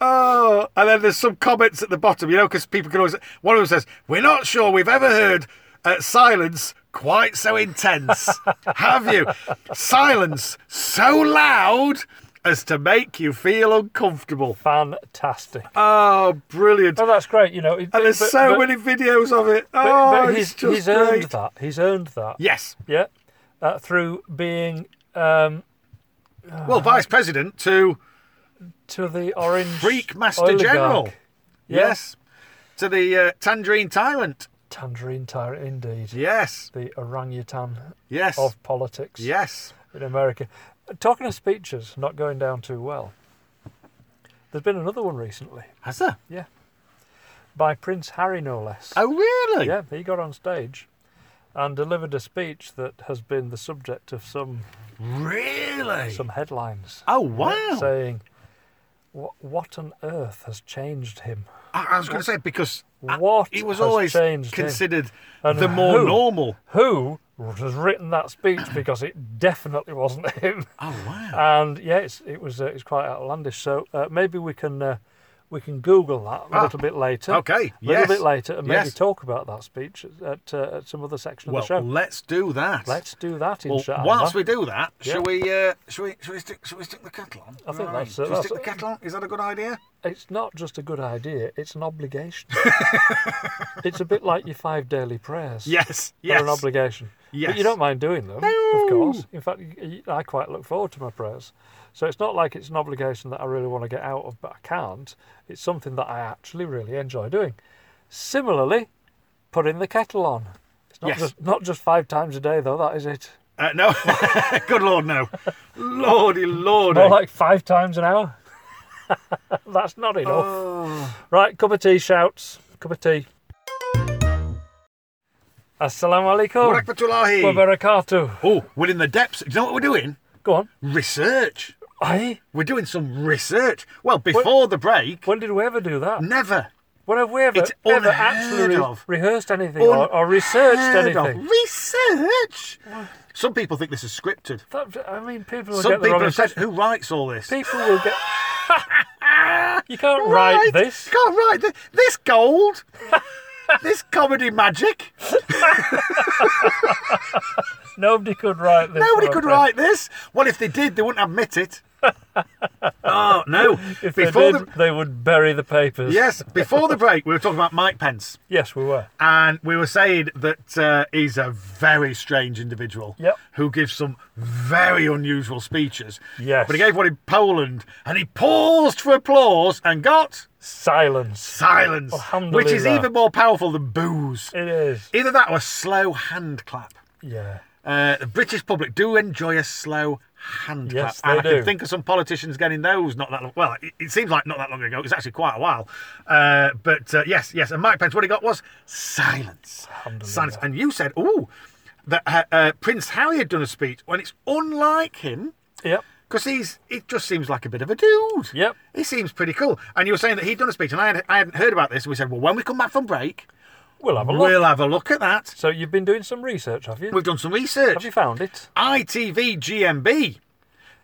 oh. And then there's some comments at the bottom, you know, because people can always. One of them says, We're not sure we've ever heard uh, silence quite so intense. Have you? Silence so loud as to make you feel uncomfortable.
Fantastic.
Oh, brilliant.
Oh, that's great. You know, it-
And there's
but-
so
but-
many videos of it.
but-
Oh,
but
it's
he's,
just
he's earned
great.
that. He's earned that.
Yes.
Yeah. Uh, through being um,
Well,
Uh-huh.
vice president to
to the orange
Greek Master
oligarch.
General.
Yeah.
Yes. To the uh, tangerine tyrant.
Tangerine tyrant, indeed.
Yes.
The orangutan
Yes.
of politics
Yes.
in America. Talking of speeches not going down too well, there's been another one recently.
Has there?
Yeah. By Prince Harry, no less.
Oh, really?
Yeah, he got on stage and delivered a speech that has been the subject of some
Really?
some headlines.
Oh, wow.
Saying, what, what on earth has changed him?
I, I was going to say, because I-
What
Ah, he was
has
always
changed him?
considered
And
the more
who?
normal.
Who has written that speech because it definitely wasn't him?
Oh, wow.
And yeah, it's, it was uh, it's quite outlandish. So uh, maybe we can uh, we can Google that a
Ah,
little bit later.
okay,
a little
yes,
bit later, and maybe
yes.
talk about that speech at at, uh, at some other section of
well,
the show.
let's do that.
Let's do that,
Well,
inshallah.
whilst we do that,
Yeah.
shall we? Uh, shall we? Shall we stick? Shall we stick the kettle on?
I think that's it,
Shall we
that's
stick the
it.
kettle on? Is that a good idea?
It's not just a good idea; it's an obligation. it's a bit like your five daily prayers.
Yes.
They're an obligation. But
Yes.
you don't mind doing them,
No.
of course. In fact, y- y- I quite look forward to my prayers. So it's not like it's an obligation that I really want to get out of, but I can't. It's something that I actually really enjoy doing. Similarly, putting the kettle on. It's not
Yes.
just not just five times a day though. That is it.
Uh, no. good lord, no. Lordy, lordy.
More like five times an hour. That's not enough.
Oh.
Right, cup of tea shouts. Cup of tea. Assalamu
Wa
alaikum. Wa
rahmatullahi.
barakatuh.
Oh, we're in the depths. Do you know what we're doing?
Go on.
Research.
Aye.
We're doing some research. Well, before the break,
When did we ever do that?
never.
When have we ever,
It's
ever
unheard
actually re-
of.
rehearsed anything or, or researched
Unheard of.
anything?
Research. Some people think this is scripted.
That- I mean, people will
Some
get the
people
wrong
have said,
impression.
"Who writes all this?"
People will get. you can't write this.
Can't write thi- this gold. this comedy magic.
Nobody could write this.
Nobody
I'm
could
afraid.
write this. Well, if they did, they wouldn't admit it. oh no!
If they
before
did,
the
they would bury the papers.
yes, before the break, we were talking about Mike Pence,
Yes, we were.
and we were saying that uh, he's a very strange individual
Yep.
who gives some very unusual speeches.
Yes.
but he gave one in Poland, and he paused for applause and got
Silence.
silence, which is
Alhamdulillah.
even more powerful than booze.
It is.
Either that or a slow hand clap.
Yeah.
Uh, the British public do enjoy a slow hand
Yes,
clap.
they
and I
do.
can think of some politicians getting those not that long. Well, it, it seems like not that long ago. It was actually quite a while. Uh, but uh, yes, yes. And Mike Pence, what he got was silence. Silence. And you said, ooh, that uh, uh, Prince Harry had done a speech when it's unlike him.
Yep.
Because he's, it just seems like a bit of a dude.
Yep.
He seems pretty cool. And you were saying that he'd done a speech, and I, had, I hadn't heard about this. And we said, well, when we come back from break,
We'll have a look.
we'll have a look at that.
So you've been doing some research, have you?
We've done some research.
Have you found it?
ITV GMB.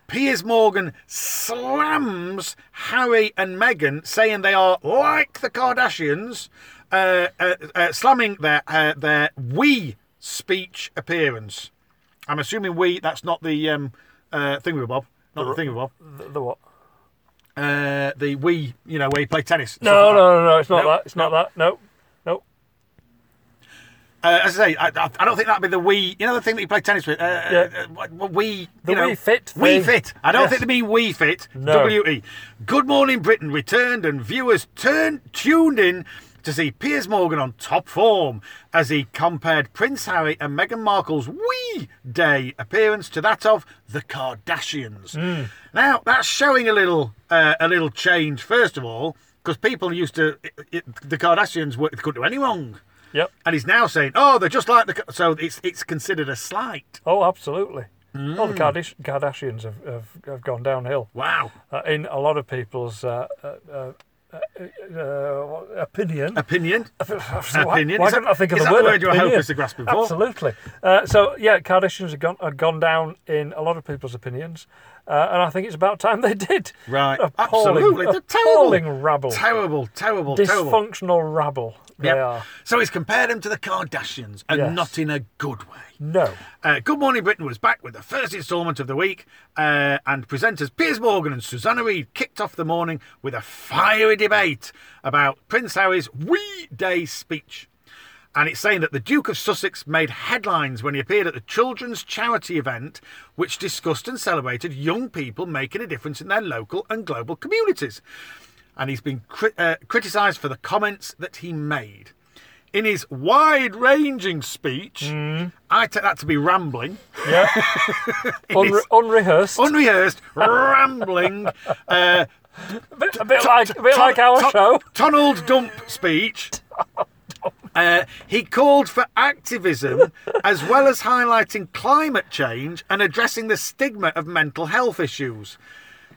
Piers Morgan slams Harry and Meghan, saying they are like the Kardashians, uh, uh, uh, slamming their uh, their we speech appearance. I'm assuming we. That's not the um, uh, thing with Bob. Not the, thing with Bob.
The, the what?
Uh, the we. You know where you play tennis. and
No,
stuff like that.
no, no, no. It's not
No,
that. It's not that. No. No.
Uh, as I say, I, I I don't think that'd be the Wii. You know the thing that you play tennis with. Uh,
Yeah.
uh, what- what Wii.
The
you know,
Wii Fit
Wii
thing.
Fit. I don't
Yes.
think they mean Wii Fit.
No.
W E. Good Morning Britain returned and viewers turned tuned in to to see Piers Morgan on top form as he compared Prince Harry and Meghan Markle's Wee Day appearance to that of the Kardashians.
Hmm.
Now that's showing a little uh, a little change. First of all, because people used to it, it, the Kardashians were, couldn't do any wrong.
Yep.
And he's now saying, "Oh, they're just like the." Ka-" So it's it's considered a slight.
Oh, absolutely. All the
Hmm.
Kardash- Kardashians have, have, have gone downhill.
Wow.
Uh, in a lot of people's uh, uh, uh, uh, uh, opinion.
Opinion.
Why-
opinion.
Why
Is
couldn't
that-
I think of
is
the
that
word?
the word you were
opinion?
hoping to grasp before?
Absolutely. Uh, so yeah, Kardashians have gone have gone down in a lot of people's opinions, uh, and I think it's about time they did.
Right.
Appalling,
Absolutely. They're terrible.
appalling rabble,
Terrible. Terrible. Terrible.
dysfunctional rabble. They
Yep.
are.
So he's compared them to the Kardashians, and
Yes.
not in a good way.
No.
Uh, good Morning Britain was back with the first instalment of the week, uh, and presenters Piers Morgan and Susanna Reid kicked off the morning with a fiery debate about Prince Harry's Wee Day speech. And it's saying that the Duke of Sussex made headlines when he appeared at the children's charity event, which discussed and celebrated young people making a difference in their local and global communities. And he's been cri- uh, criticised for the comments that he made. In his wide ranging speech, I take that to be rambling,
Yeah. Unre- unrehearsed.
unrehearsed, rambling, uh,
Bit- a bit like a bit
tun-
like our
tun-
show.
tunneled dump speech. Uh, he called for activism as well as highlighting climate change and addressing the stigma of mental health issues.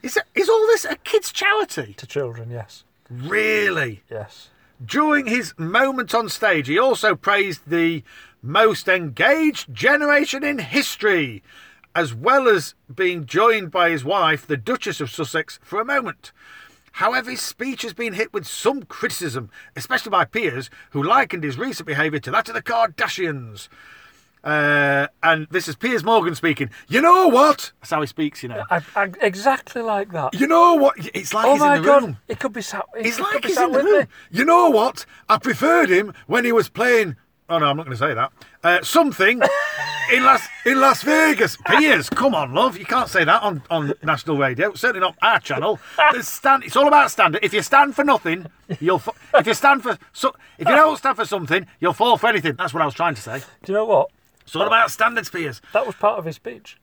Is, that, is all this a kids' charity?
To children, yes,
Really?
yes.
During his moment on stage, he also praised the most engaged generation in history, as well as being joined by his wife, the Duchess of Sussex, for a moment. However, his speech has been hit with some criticism, especially by peers who likened his recent behaviour to that of the Kardashians. Uh, and this is Piers Morgan speaking. You know what? That's how he speaks, you know.
I, I, exactly like that.
You know what? It's like
oh
he's
my
in the
god!
room.
It could be sat. It
He's
could
like
be
he's
sat
in the
with
room.
me.
You know what? I preferred him when he was playing. Oh no, I'm not going to say that. Uh, something in Las in Las Vegas. Piers, come on, love. You can't say that on, on national radio. Certainly not our channel. There's stand, it's all about standard. If you stand for nothing, you'll. F- if you stand for so, if you don't stand for something, you'll fall for anything. That's what I was trying to say.
Do you know what?
It's all about standards, Piers.
That was part of his speech.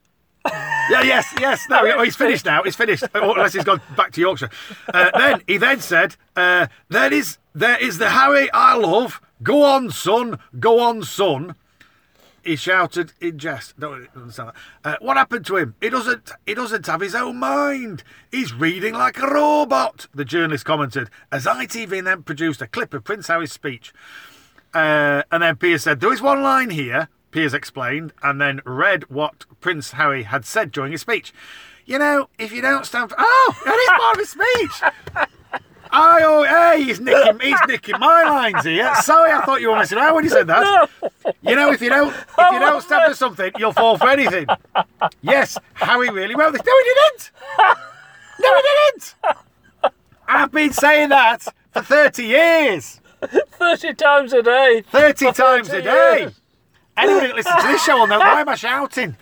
Yeah, yes, yes. No, he- he's finished now. He's finished. Or unless he's gone back to Yorkshire. Uh, then he then said, uh, "There is, there is the Harry I love. Go on, son. Go on, son." He shouted in jest. Don't understand that. Uh, what happened to him? He doesn't. He doesn't have his own mind. He's reading like a robot. The journalist commented as ITV then produced a clip of Prince Harry's speech. Uh, and then Piers said, There is one line here, Piers explained, and then read what Prince Harry had said during his speech. You know, if you don't stand for. Oh, that is part of his speech! I, oh, hey, he's nicking, he's nicking my lines here. Sorry, I thought you were messing around when you said that. You know, if you don't, if you don't stand for something, you'll fall for anything. Yes, Harry really wrote this. No, he didn't. No, he didn't. I've been saying that for thirty years.
Thirty times a day.
30 times a
30
day.
years.
Anyone that listens to this show will know why am I shouting?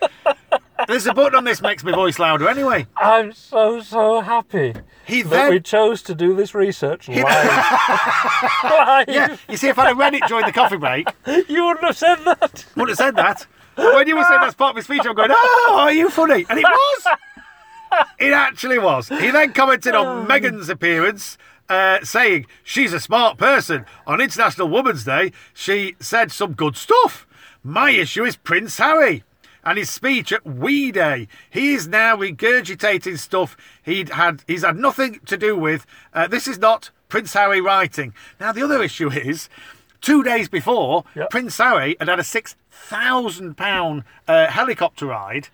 There's a button on this makes my voice louder anyway.
I'm so so happy
He
that we
then
chose to do this research live. live.
yeah, you see if I'd have read it during the coffee break,
You wouldn't have said that.
would have said that. But When you were saying that's part of his speech, I'm going, Oh, are you funny? And it was. It actually was. He then commented on Megan's appearance, uh, saying, She's a smart person. On International Women's Day, she said some good stuff. My issue is Prince Harry and his speech at We Day. He is now regurgitating stuff he'd had, he's had nothing to do with. Uh, this is not Prince Harry writing. Now, the other issue is. Two days before,
Yep.
Prince Harry had had a six thousand pound uh, helicopter ride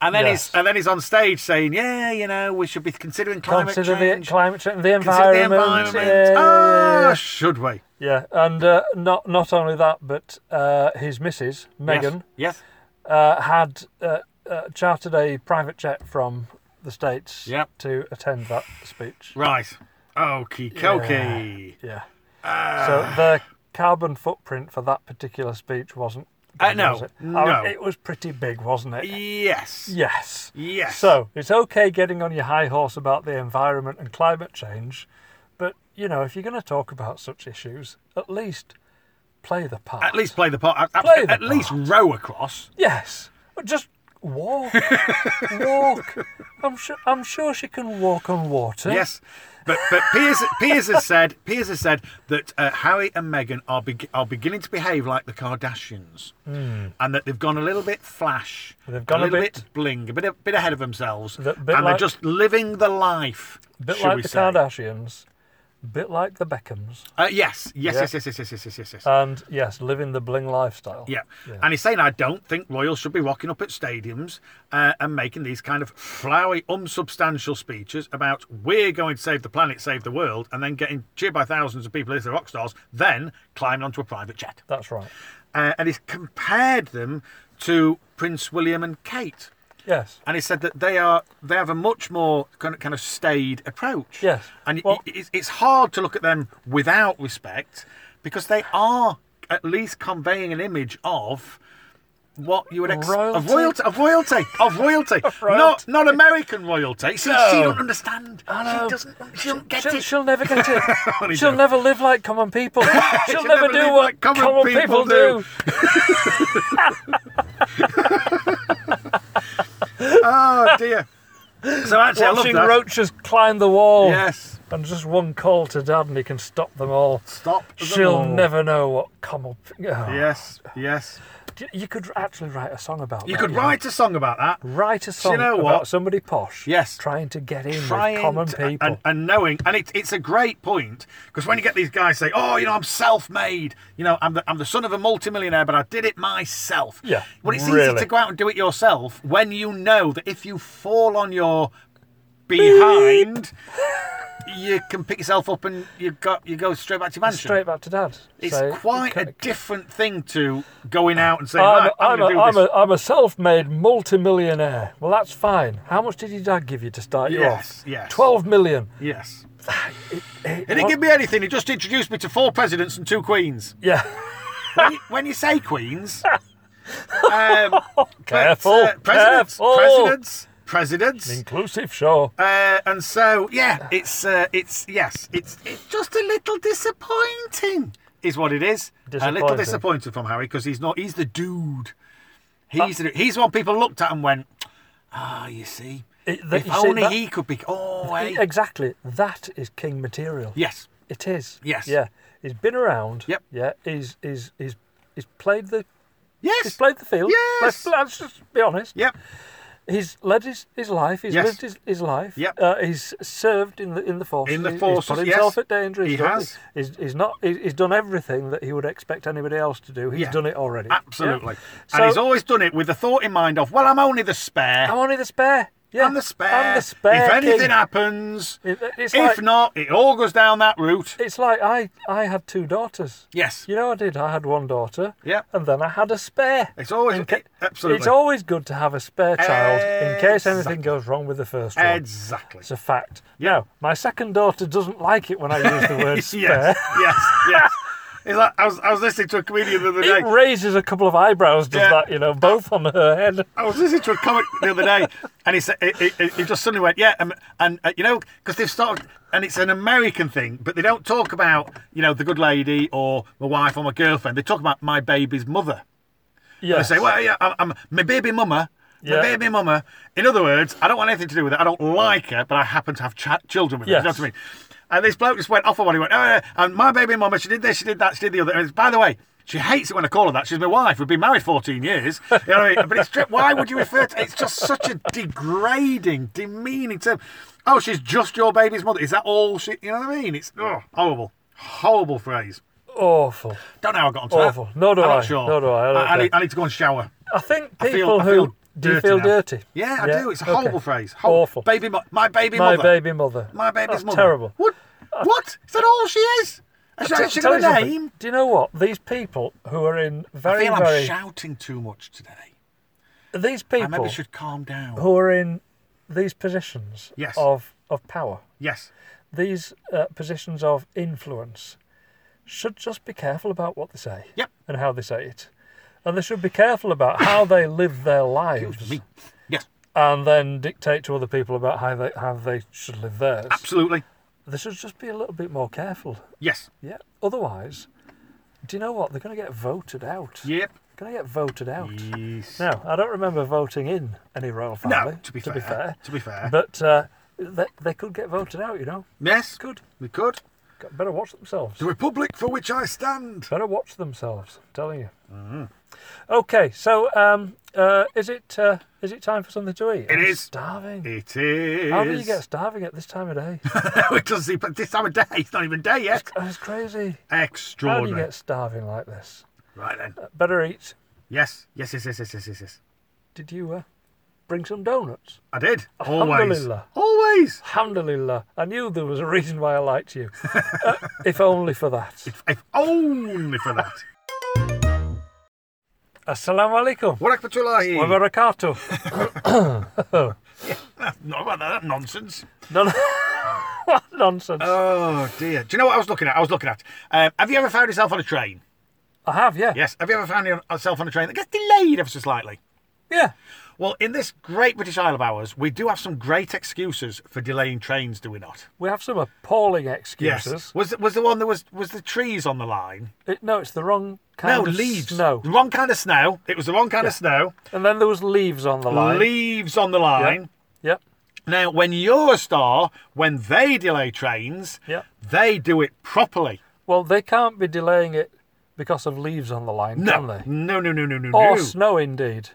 and then
Yes.
he's and then he's on stage saying, "Yeah, you know, we should be considering climate
Consider
change,
the climate change, the
consider the
environment.
environment."
Yeah,
ah,
yeah, yeah,
should we?
yeah. Yeah, and uh, not not only that, but uh, his missus Megan
Yes.
uh, had uh, uh, chartered a private jet from the states
Yep.
to attend that speech.
Right. Okie dokie.
Yeah.
Ah.
so the carbon footprint for that particular speech wasn't.
Uh, no,
was it?
no.
Oh, it was pretty big, wasn't it?
Yes.
Yes.
Yes.
So it's okay getting on your high horse about the environment and climate change, but you know, if you're going to talk about such issues, at least play the part.
At least play the part. At,
Play the
at least row across.
Yes. Just walk. walk. I'm sure I'm sure she can walk on water.
Yes, but but Piers, Piers has said Piers has said that uh, Harry and Meghan are be- are beginning to behave like the Kardashians, and that they've gone a little bit flash,
Hmm. They've gone a
little
bit-
bling, a bit a bit ahead of themselves,
Bit- bit
and they're
like-
just living the life.
Bit
should we
like the
say?
Kardashians. Bit like the Beckhams.
Uh, yes, yes,
Yeah.
yes, yes, yes, yes, yes, yes, yes, yes.
And yes, living the bling lifestyle.
yeah. and he's saying I don't think royals should be rocking up at stadiums uh, and making these kind of flowery, unsubstantial speeches about we're going to save the planet, save the world, and then getting cheered by thousands of people as they're rock stars, then climbing onto a private jet.
That's right.
Uh, and he's compared them to Prince William and Kate,
Yes.
and he said that they are they have a much more kind of, kind of staid approach.
Yes.
and
Well-
it, it's, it's hard to look at them without respect because they are at least conveying an image of what you would expect of
Royalty.
royalty, of royalty, of royalty, not
royalty.
not American royalty. See, she
No.
don't understand.
know.
She doesn't. She don't get
She'll,
it.
she'll never get
Only
it. she'll
joke.
never live like common people. She'll,
She'll
never,
never
do
live
what
like common people
people
do.
do.
oh dear. So actually,
Watching
I love that.
roaches climb the wall.
Yes.
And just one call to dad and he can stop them all.
Stop. them
She'll
all.
never know what common. Oh.
Yes. Yes.
D- You could actually write a song about
You
that,
could
know.
write a song about that.
Write a song
know
about
what?
somebody posh.
Yes.
Trying to get in
trying
with common
to-
people.
And, and knowing and it, it's a great point because when you get these guys say oh you know i'm self-made you know i'm the, I'm the son of a multimillionaire but i did it myself
Yeah,
well it's easy
really.
to go out and do it yourself when you know that if you fall on your behind you can pick yourself up and you got you go straight back to your mansion
Straight back to dad.
it's
Say,
quite
"Okay,
a different thing to going out and saying
I'm,
right, i'm,
I'm, a,
going to do
I'm,
this
a, I'm a self-made multimillionaire. Well, that's fine. How much did your dad give you to start you
Yes,
off?
yes.
Twelve million.
yes
It-
he didn't
what-
give me anything he just introduced me to four presidents and two queens
Yeah.
when, you, when you say queens, um, uh,
Careful,
presidents,
careful.
presidents, presidents,
Inclusive show.
uh, and so yeah, it's uh, it's yes, it's it's just a little disappointing, is what it is. A little
Disappointing.
disappointed from Harry because he's not. He's the dude. He's the, he's one people looked at and went, ah, you see,
It- that-
if
you see,
only
that-
he could be. Oh, hey.
E, Exactly. That is king material.
yes,
It is.
Yes.
Yeah. He's been around.
Yep.
Yeah. He's he's he's he's played the he's
yes,
played the field.
Yes.
Let's, let's just be honest.
yep,
He's led his, his life. He's
Yes.
lived his, his life.
Yep.
Uh, he's served in the in the forces.
In the
He-
forces,
He's put himself
yes.
at danger. He's
He
done-
has.
He's, he's not. He's, he's done everything that he would expect anybody else to do. He's
Yeah.
done it already. Yeah.
absolutely.
So-
and he's always done it with the thought in mind of, well, I'm only the spare.
I'm only the spare. Yeah.
I'm the spare.
I'm the spare.
If anything
king.
happens,
It- it's
if
like-
not, it all goes down that route.
it's like I I had two daughters.
Yes.
You know I did. I had one daughter.
Yep.
And then I had a spare.
It's always
Okay.
absolutely
It's always good to have a spare child in case anything goes wrong with the first one.
exactly.
It's a fact. Now, my second daughter doesn't like it when I use the word spare.
Yes, yes, yes. It's like I was, I was listening to a comedian the other day.
It raises a couple of eyebrows, does
Yeah.
that, you know, both on her head.
I was listening to a comic the other day, and he said he, he, he just suddenly went, "Yeah," and, and uh, you know, because they've started, and it's an American thing, but they don't talk about you know the good lady or my wife or my girlfriend. They talk about my baby's mother.
Yeah.
I say, well, yeah, I'm, I'm my baby mama. My
Yeah.
baby mama. In other words, I don't want anything to do with it. I don't like her, but I happen to have ch- children with her. You know
Yes.
what I mean? And this bloke just went off on one. He went, oh, yeah, and my baby mama, she did this, she did that, she did the other. And it's- by the way, she hates it when I call her that. She's my wife. We've been married 14 years. You know what I mean? But it's tri- why would you refer to It's just such a degrading, demeaning term. Oh, she's just your baby's mother. Is that all she, you know what I mean? It's oh, horrible, horrible phrase.
Awful.
Don't know how I got onto
Awful.
that.
Nor do
I'm
I.
Not sure.
Nor do I. I don't
I,
care.
need, I need to go and shower.
I think
I feel-
people
I
who
feel
do you
dirty
feel
now.
dirty.
Yeah, I do. It's a
okay.
horrible phrase. Horrible.
Awful.
Baby, mo- my baby
My
mother.
baby mother.
My baby's
That's
mother.
Terrible.
What? What? Is that all she is? Has she,
Tell-
has she
tell you
got a
something.
name?
Do you know what? These people who are in
I
very,
feel I'm
very.
shouting too much today.
These
I
people
maybe should calm down.
who are in these positions
Yes.
of, of power,
Yes.
these uh, positions of influence, should just be careful about what they say
Yep.
and how they say it. And they should be careful about how they live their lives
Me. Yes.
and then dictate to other people about how they, how they should live theirs.
Absolutely.
they should just be a little bit more careful.
Yes.
Yeah. Otherwise, do you know what? They're going to get voted out.
Yep.
Going to get voted out.
Yes.
Now, I don't remember voting in any royal family.
No, to be fair, to be fair.
But uh, they, they could get voted out, you know.
Yes.
Good.
We could.
Got- Better watch themselves.
The republic for which I stand.
Better watch themselves. I'm telling you.
Mm-hmm.
Okay, so um, uh, is it uh, is it time for something to eat?
It
I'm
is.
starving.
It is.
How do you get starving at this time of day?
no, it doesn't even. This time of day. It's not even day yet.
That's crazy. How do you
Extraordinary.
get starving like this? Uh,
Right then.
Better eat.
Yes. Yes. Yes. Yes. Yes. Yes. Yes. yes.
Did you uh, bring some donuts?
I did. Always.
Alhamdulillah.
Always.
Alhamdulillah. I knew there was a reason why I liked you. Uh, if only for that.
If only for that.
Assalamu alaikum.
What Rahmatullahi.
Wa barakatuh.
Not about that nonsense.
None- what nonsense.
Oh dear. Do you know what I was looking at? I was looking at. Um, have you ever found yourself on a train?
I have, yeah.
Yes. Have you ever found yourself on a train that gets delayed ever so slightly?
Yeah.
Well, in this great British Isle of ours, we do have some great excuses for delaying trains, do we not?
We have some appalling excuses.
Was was the one that was was the trees on the line?
It, no, it's the wrong
No,
kind of
leaves.
snow.
The wrong kind of snow. It was the wrong kind of snow.
And then there was leaves on the line.
Leaves on the line.
Yep.
Now, when you're a star, when they delay trains,
Yeah.
they do it properly.
Well, they can't be delaying it because of leaves on the line,
No,
can they? Oh,
no, no, no, no, no,
Or
no.
snow, indeed.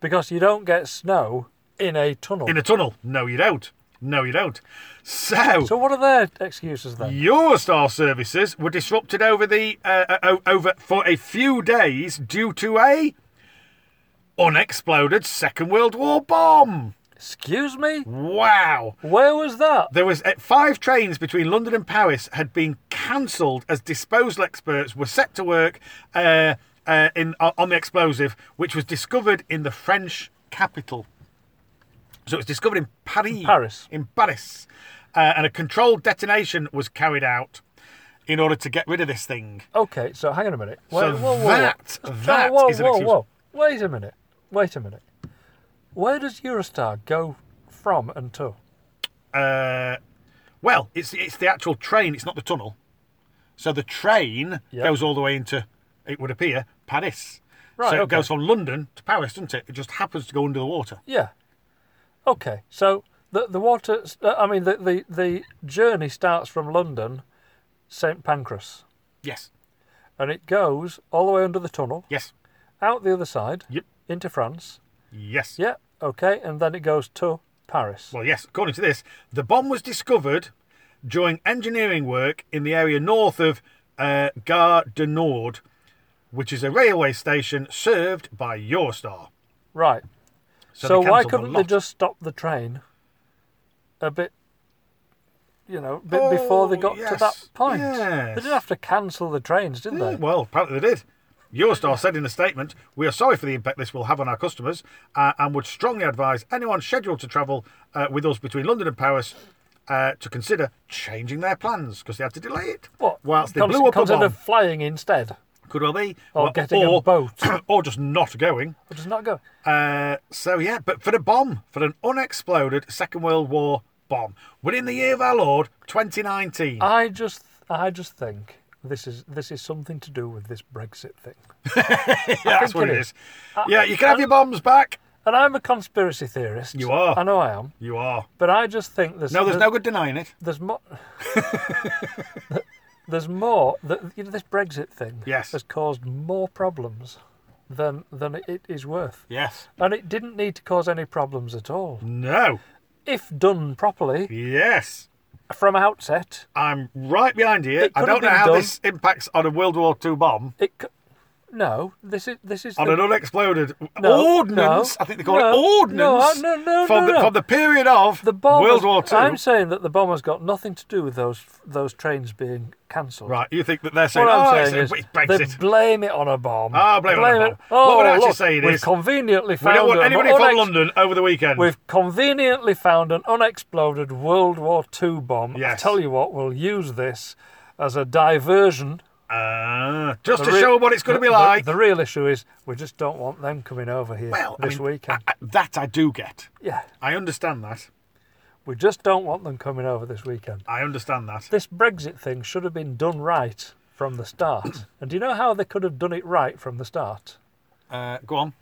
Because you don't get snow in a tunnel.
In a tunnel. No, you don't. No, you don't. So,
so, what are their excuses then?
your star services were disrupted over the uh, uh, o- over for a few days due to a unexploded Second World War bomb.
Excuse me?
Wow.
Where was that?
There was uh, five trains between London and Paris had been cancelled as disposal experts were set to work uh, uh, in o- on the explosive, which was discovered in the French capital. So it was discovered in Paris.
Paris.
In Paris, uh, and a controlled detonation was carried out in order to get rid of this thing.
Okay, so hang on a minute.
So that-
whoa.
that
whoa,
is an
whoa,
excuse.
whoa. Wait a minute. Wait a minute. Where does Eurostar go from and to?
Uh, well, it's it's the actual train. It's not the tunnel. So the train
Yep.
goes all the way into it would appear Paris.
Right,
so it
okay.
goes from London to Paris, doesn't it? It just happens to go under the water.
Yeah. Okay, so the the water. uh, I mean, the the, the journey starts from London, St Pancras,
Yes.
and it goes all the way under the tunnel,
Yes.
out the other side,
Yep.
into France.
Yes.
Yeah. Okay, and then it goes to Paris.
Well, yes. According to this, the bomb was discovered during engineering work in the area north of uh, Gare du Nord, which is a railway station served by Eurostar.
Right.
So
So,
they
why
cancelled a
couldn't they
lot.
just stop the train a bit, you know, a bit before they
Oh,
got to that
yes,
point?
yes.
They didn't have to cancel the trains, did they?
Oh, Well, apparently they did. Eurostar said in a statement, "We are sorry for the impact this will have on our customers, uh, and would strongly advise anyone scheduled to travel uh, with us between London and Paris uh, to consider changing their plans because they had to delay it.
What?
Whilst they
cons-
blew up a
consider
bomb,
flying instead,
could well be,
or
Well,
Oh, getting
or,
a boat,
or just not going.
which is not good.
Uh, so yeah, but for the bomb, for an unexploded Second World War bomb, within the year of our Lord 2019.
I just, I just think this is this is something to do with this Brexit thing,
yeah, that's
think
what
it
it
is. Uh,
is. yeah, you can have your bombs back.
and I'm a conspiracy theorist.
You are.
I know I am,
You are.
but I just think there's
No, there's
there's,
no good denying it.
there's more. there's more. That, you know, this Brexit thing
Yes.
has caused more problems than than it is worth,
Yes.
and it didn't need to cause any problems at all
No.
if done properly
Yes.
from outset.
I'm right behind you.
It
I
could have
don't know
been
how
done.
this impacts on a World War II bomb,
It. c- No, this is this is
on
the-
an unexploded
No,
ordnance.
no,
I think they call it
no,
ordnance.
no, no, no,
from
no,
the,
no.
From the period of
The bomb.
World
has-
War II.
I'm saying that the bomb has got nothing to do with those those trains being cancelled.
Right, you think that they're saying,
What
oh,
I'm
it's,
saying is
it's
they
Brexit.
blame it on a bomb.
Ah, blame it on a bomb.
Oh,
What we're actually
look,
saying
we've
is
conveniently
we
found
don't want
an
anybody
unex-
from London over the weekend.
We've conveniently found an unexploded World War II bomb. I
Yes.
tell you what, we'll use this as a diversion.
Ah, just
The
to
re-
show what it's going to
the-
be
the-
like.
The, real issue is we just don't want them coming over here
well, I
this
mean,
weekend.
I- I- that I do get.
yeah.
I understand that.
We just don't want them coming over this weekend.
I understand that.
This Brexit thing should have been done right from the start. and do you know how they could have done it right from the start?
Uh, go on.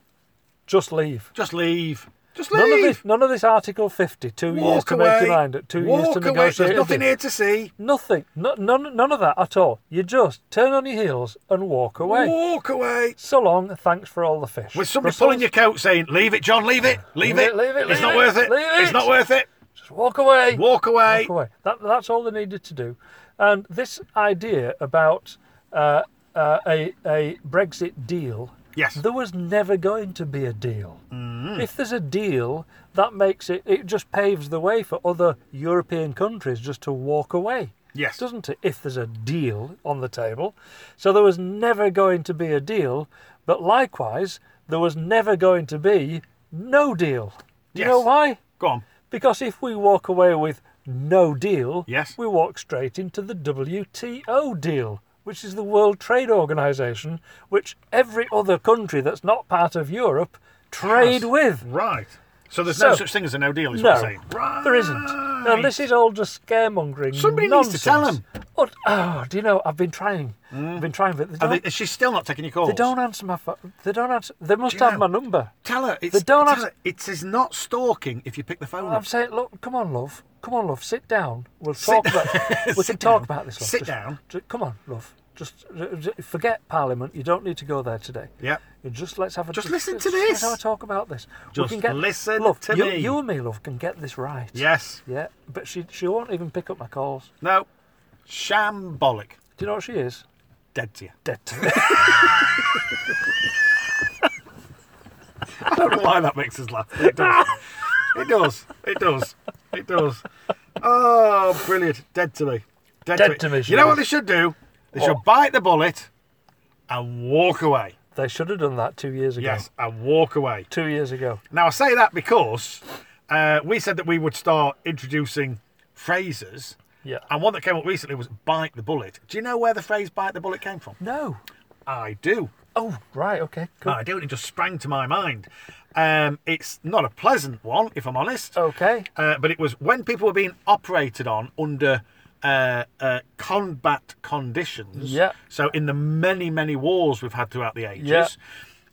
Just leave.
Just leave. Just leave.
None of this, none of this Article 50, two years
Walk
to
away.
make your mind up, two
Walk
years to
away.
negotiate.
There's
a
nothing
deal.
here to see.
Nothing. No, none, none of that at all. You just turn on your heels and walk away.
Walk away.
So long, thanks for all the fish.
With somebody
Brussels,
pulling your coat saying, Leave it, John, leave it, leave,
Leave it, leave it,
it's
leave
not
it,
worth it,
leave
it's
it."
not worth it.
just walk away.
Walk away.
Walk away. That, that's all they needed to do. And this idea about uh, uh, a, a Brexit deal,
Yes. Mm.
there was never going to be a deal. If there's a deal, that makes it, it just paves the way for other European countries just to walk away.
Yes.
Doesn't it? If there's a deal on the table. So there was never going to be a deal, but likewise, there was never going to be no deal. Do you know
Yes.
why?
Go on.
Because if we walk away with no deal,
Yes.
we walk straight into the WTO deal, which is the World Trade Organization, which every other country that's not part of Europe trade with.
Right. So there's no
So-
such thing as a no deal, is what
No,
you're saying. Right.
there isn't. Now this is all just scaremongering.
Somebody
nonsense.
needs to tell 'em. Mm.
Oh, oh, do you know? I've been trying. I've been trying, but they
Are
don't,
they, is she still not taking your calls?
they don't answer my phone. They don't answer. They must
you
have
know-
my number.
Tell her. It's,
They don't
tell
have-
her it is not stalking if you pick the phone
I'm
up.
saying, look, come on, love. Come on, love. Sit down. We'll talk about. we can talk about this. Love.
Sit
Just-
down.
ju- come on, love. Just uh, ju- forget Parliament. You don't need to go there today.
Yeah.
You just let's have a
Just listen to
just Let's
this.
have a talk about this.
Just listen
love,
to
you,
me.
You and me, love, can get this right.
Yes.
Yeah, but she she won't even pick up my calls.
No. Shambolic.
Do you know what she is?
Dead to you.
Dead to me.
I don't know why that makes us laugh. It does. It does. It does. It does. Oh, brilliant. Dead to me. Dead,
Dead to me, she
You know
is.
what they should do? They should bite the bullet and walk away.
they should have done that two years ago.
Yes, and walk away.
Two years ago.
Now, I say that because uh, we said that we would start introducing phrases.
Yeah.
And one that came up recently was bite the bullet. Do you know where the phrase bite the bullet came from?
No.
I do.
Oh, right. Okay. Cool.
No, I do. It just sprang to my mind. Um, it's not a pleasant one, if I'm honest.
Okay.
Uh, but it was when people were being operated on under uh, uh, combat conditions.
Yeah.
So in the many, many wars we've had throughout the ages,
Yeah.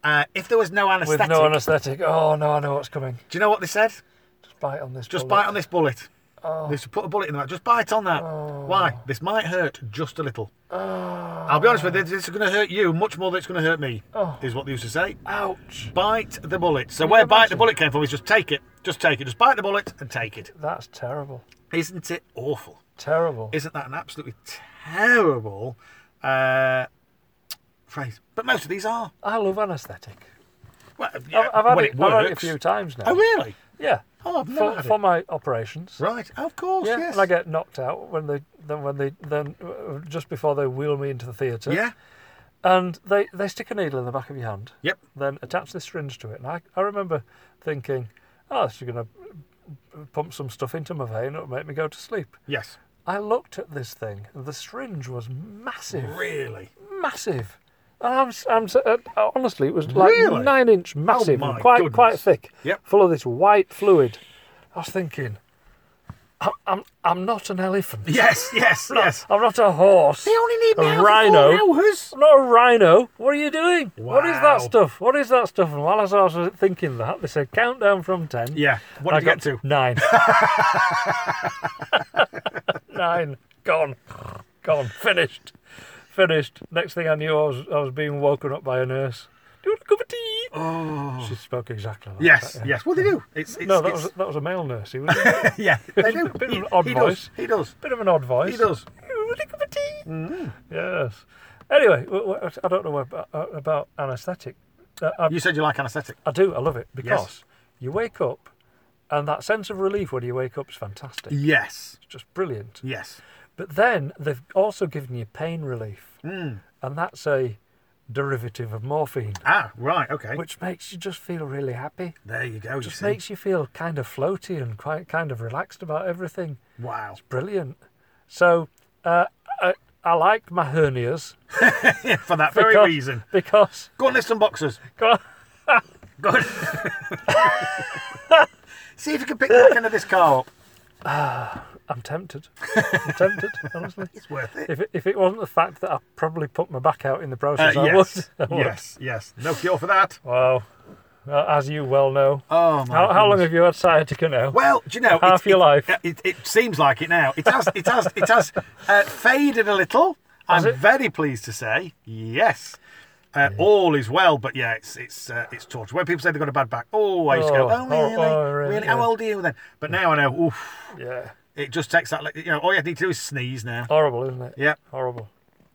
uh, if there was no
With
anaesthetic,
no anaesthetic. Oh no, I know what's coming.
do you know what they said?
Just bite on this.
Just
bullet. Oh.
bite on this bullet. They should put a bullet in that. Just bite on that. Why? This might hurt just a little.
Oh.
I'll be honest with you, this is going to hurt you much more than it's going to hurt me,
Oh.
is what they used to say.
Ouch.
Bite the bullet. So where bite the
imagine?
bullet came from is just take it. Just take it. Just bite the bullet and take it.
That's terrible.
Isn't it awful?
Terrible.
Isn't that an absolutely terrible uh, phrase? But most of these are.
I love anaesthetic.
Well, yeah,
I've, I've, had
when
it,
it
I've had it a
works.
few times now.
Oh, really?
Yeah.
Oh, I've never
For,
had
for
it.
my operations.
Right. Oh, of course,
Yeah,
yes.
and I get knocked out when they then when they then uh, just before they wheel me into the theatre.
yeah.
And they, they stick a needle in the back of your hand.
Yep.
Then attach this syringe to it, and I, I remember thinking, oh, this is going to pump some stuff into my vein. It'll make me go to sleep.
Yes.
I looked at this thing. and The syringe was massive,
Really?
massive. And I'm, s- I'm s- uh, honestly, it was like
Really? Oh
nine inch massive, and
my
quite
goodness.
quite thick,
Yep.
full of this white fluid. I was thinking, I'm I'm, I'm not an elephant.
Yes, yes, yes.
I'm not a horse.
They only need
A
me out for
rhino.
four hours.
I'm not a rhino. What are you doing? What is
Wow.
that stuff? What is that stuff? And while I was I was thinking that, they said countdown from ten.
Yeah. What
I
did you
got
get to?
nine. nine. Gone. Gone. Finished. Finished. Next thing I knew, I was I was being woken up by a nurse. Do you want a cup of tea? Oh. She spoke exactly like
Yes,
that. yeah.
yes. Well, they do. It's, it's,
No, that
it's-
was that was a male nurse. He was a
yeah. They do.
bit of
He-
an odd
he
voice.
Does. He does.
bit of an odd voice.
He does. Mm.
"You want a cup of tea?" Yes. Anyway, w- w- I don't know about, about anaesthetic. Uh, I-
You said you like anaesthetic.
I do. I love it because you wake up, and that sense of relief when you wake up is fantastic.
Yes.
It's just brilliant.
Yes.
But then they've also given you pain relief,
Hmm.
and that's a derivative of morphine,
Ah, right. Okay.
which makes you just feel really happy.
there you go. You
Just
see.
makes you feel kind of floaty and quite kind of relaxed about everything.
Wow.
Brilliant. So uh, I, I like my hernias
For that very
because,
reason.
because
Go and list some boxes. Go on. See if you can pick the back end of this car up.
I'm tempted. I'm tempted, honestly.
It's worth it.
If it, if it wasn't the fact that I probably put my back out in the process, I
Uh, yes.
would. I would.
yes, yes. No cure for that.
Wow. Well, uh, as you well know.
Oh, my
Oh. How, how long have you had sciatica now?
Well, do you know
Half
it,
your
it-
life.
It, it seems like it now. It has. It has. It has uh, faded a little.
Has
I'm
it?
very pleased to say yes. Uh, All is well, but yeah, it's it's uh, it's torture. When people say they've got a bad back, oh, I used to
Oh,
go, oh
oh,
really,
oh,
really?
really,
How
yeah.
old are you then? But now I know. Oof,
yeah.
it just takes that. like, You know, all you need to do is sneeze now.
Horrible, isn't it?
Yeah.
Horrible.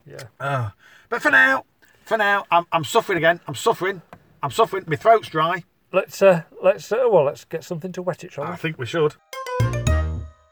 Yeah.
Oh. But for now, for now, I'm I'm suffering again. I'm suffering. I'm suffering. My throat's dry.
Let's uh, let's uh, well, let's get something to wet it, shall we?
think we should.